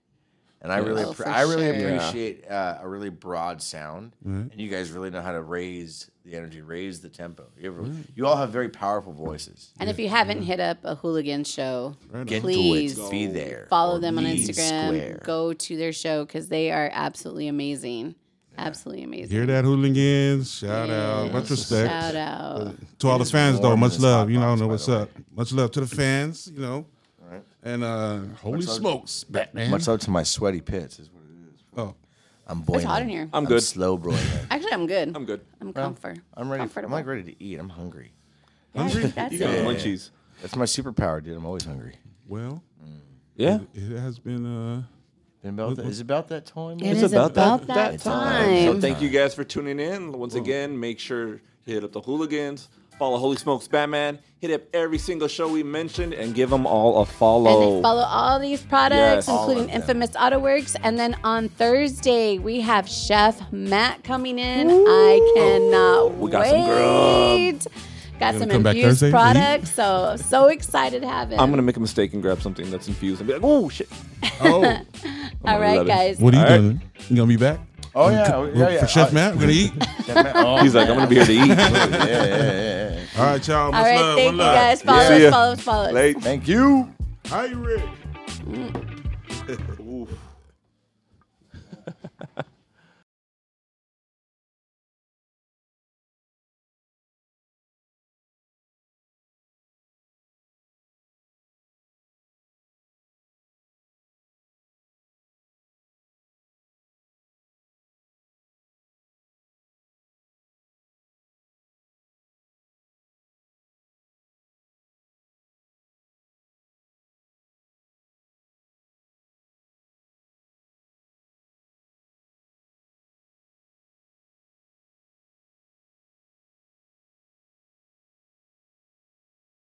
Speaker 4: and I really
Speaker 1: Oh,
Speaker 4: appre-
Speaker 1: for
Speaker 4: I really
Speaker 1: sure.
Speaker 2: Yeah.
Speaker 4: appreciate uh, a really broad sound, and you guys really know how to raise the energy, raise the tempo. You, ever, you all have very powerful voices.
Speaker 1: And if you haven't hit up a hooligan show,
Speaker 4: Get
Speaker 1: please
Speaker 4: to it, be there.
Speaker 1: follow
Speaker 4: or
Speaker 1: them on
Speaker 4: be
Speaker 1: Instagram.
Speaker 4: square.
Speaker 1: Go to their show because they are absolutely amazing. Absolutely amazing.
Speaker 3: Hear that, hooligans? Shout out,
Speaker 1: Yeah.
Speaker 3: much respect.
Speaker 1: Shout out.
Speaker 3: to all the
Speaker 4: is
Speaker 3: fans though.
Speaker 4: warm in
Speaker 3: Much
Speaker 4: this
Speaker 3: love.
Speaker 4: hot
Speaker 3: You know, I
Speaker 4: box,
Speaker 3: don't know
Speaker 4: by
Speaker 3: what's
Speaker 4: the way.
Speaker 3: up. Much love to the fans. You know, and uh, holy
Speaker 4: love-
Speaker 3: smokes, Batman.
Speaker 4: Much love to my sweaty pits. Is what it is.
Speaker 3: oh,
Speaker 4: I'm boiling.
Speaker 1: hot in here.
Speaker 2: I'm good.
Speaker 4: slow broiling.
Speaker 1: Actually, I'm good.
Speaker 2: I'm good.
Speaker 1: I'm comfort.
Speaker 4: I'm ready. I'm
Speaker 1: Comfortable.
Speaker 4: like ready to eat. I'm hungry.
Speaker 1: Yeah, that's
Speaker 2: You got
Speaker 1: it.
Speaker 2: munchies.
Speaker 4: That's my superpower, dude. I'm always hungry.
Speaker 3: well,
Speaker 2: Yeah.
Speaker 4: Mm.
Speaker 3: it has been. Uh,
Speaker 4: Been about that, is it about that time?
Speaker 1: It is about, that, time.
Speaker 2: So thank you guys for tuning in. Once again, make sure you hit up the hooligans, follow Holy Smokes Batman, hit up every single show we mentioned, and give them all a
Speaker 1: and
Speaker 2: follow.
Speaker 1: they follow all these products,
Speaker 2: Yes. All
Speaker 1: including
Speaker 4: of them.
Speaker 1: Infamous AutoWorks. And then on Thursday, we have Chef Matt coming in. I cannot
Speaker 2: We got some
Speaker 1: wait. Got
Speaker 3: You gonna
Speaker 1: some
Speaker 3: come back
Speaker 1: infused
Speaker 3: Thursday to eat?
Speaker 1: products. So, so excited to have him.
Speaker 2: I'm gonna make a mistake and grab something that's infused and be like, "Oh shit!"
Speaker 3: oh,
Speaker 1: all right,
Speaker 2: love it.
Speaker 1: guys.
Speaker 3: what are you
Speaker 2: All right.
Speaker 3: doing? You gonna be back?
Speaker 4: Oh yeah, yeah, yeah.
Speaker 3: For Chef
Speaker 4: Oh,
Speaker 3: Matt, we're gonna eat.
Speaker 4: Chef Matt. Oh,
Speaker 2: He's like, "I'm gonna be here to
Speaker 4: yeah,
Speaker 2: eat."
Speaker 4: yeah, yeah, yeah.
Speaker 3: All right, y'all. Much
Speaker 1: All right,
Speaker 3: love.
Speaker 1: thank
Speaker 3: one
Speaker 1: you
Speaker 3: love.
Speaker 1: guys. Follow
Speaker 2: See ya.
Speaker 1: us, follow us, follow us.
Speaker 2: Late.
Speaker 4: Thank you.
Speaker 3: Hi, Rick.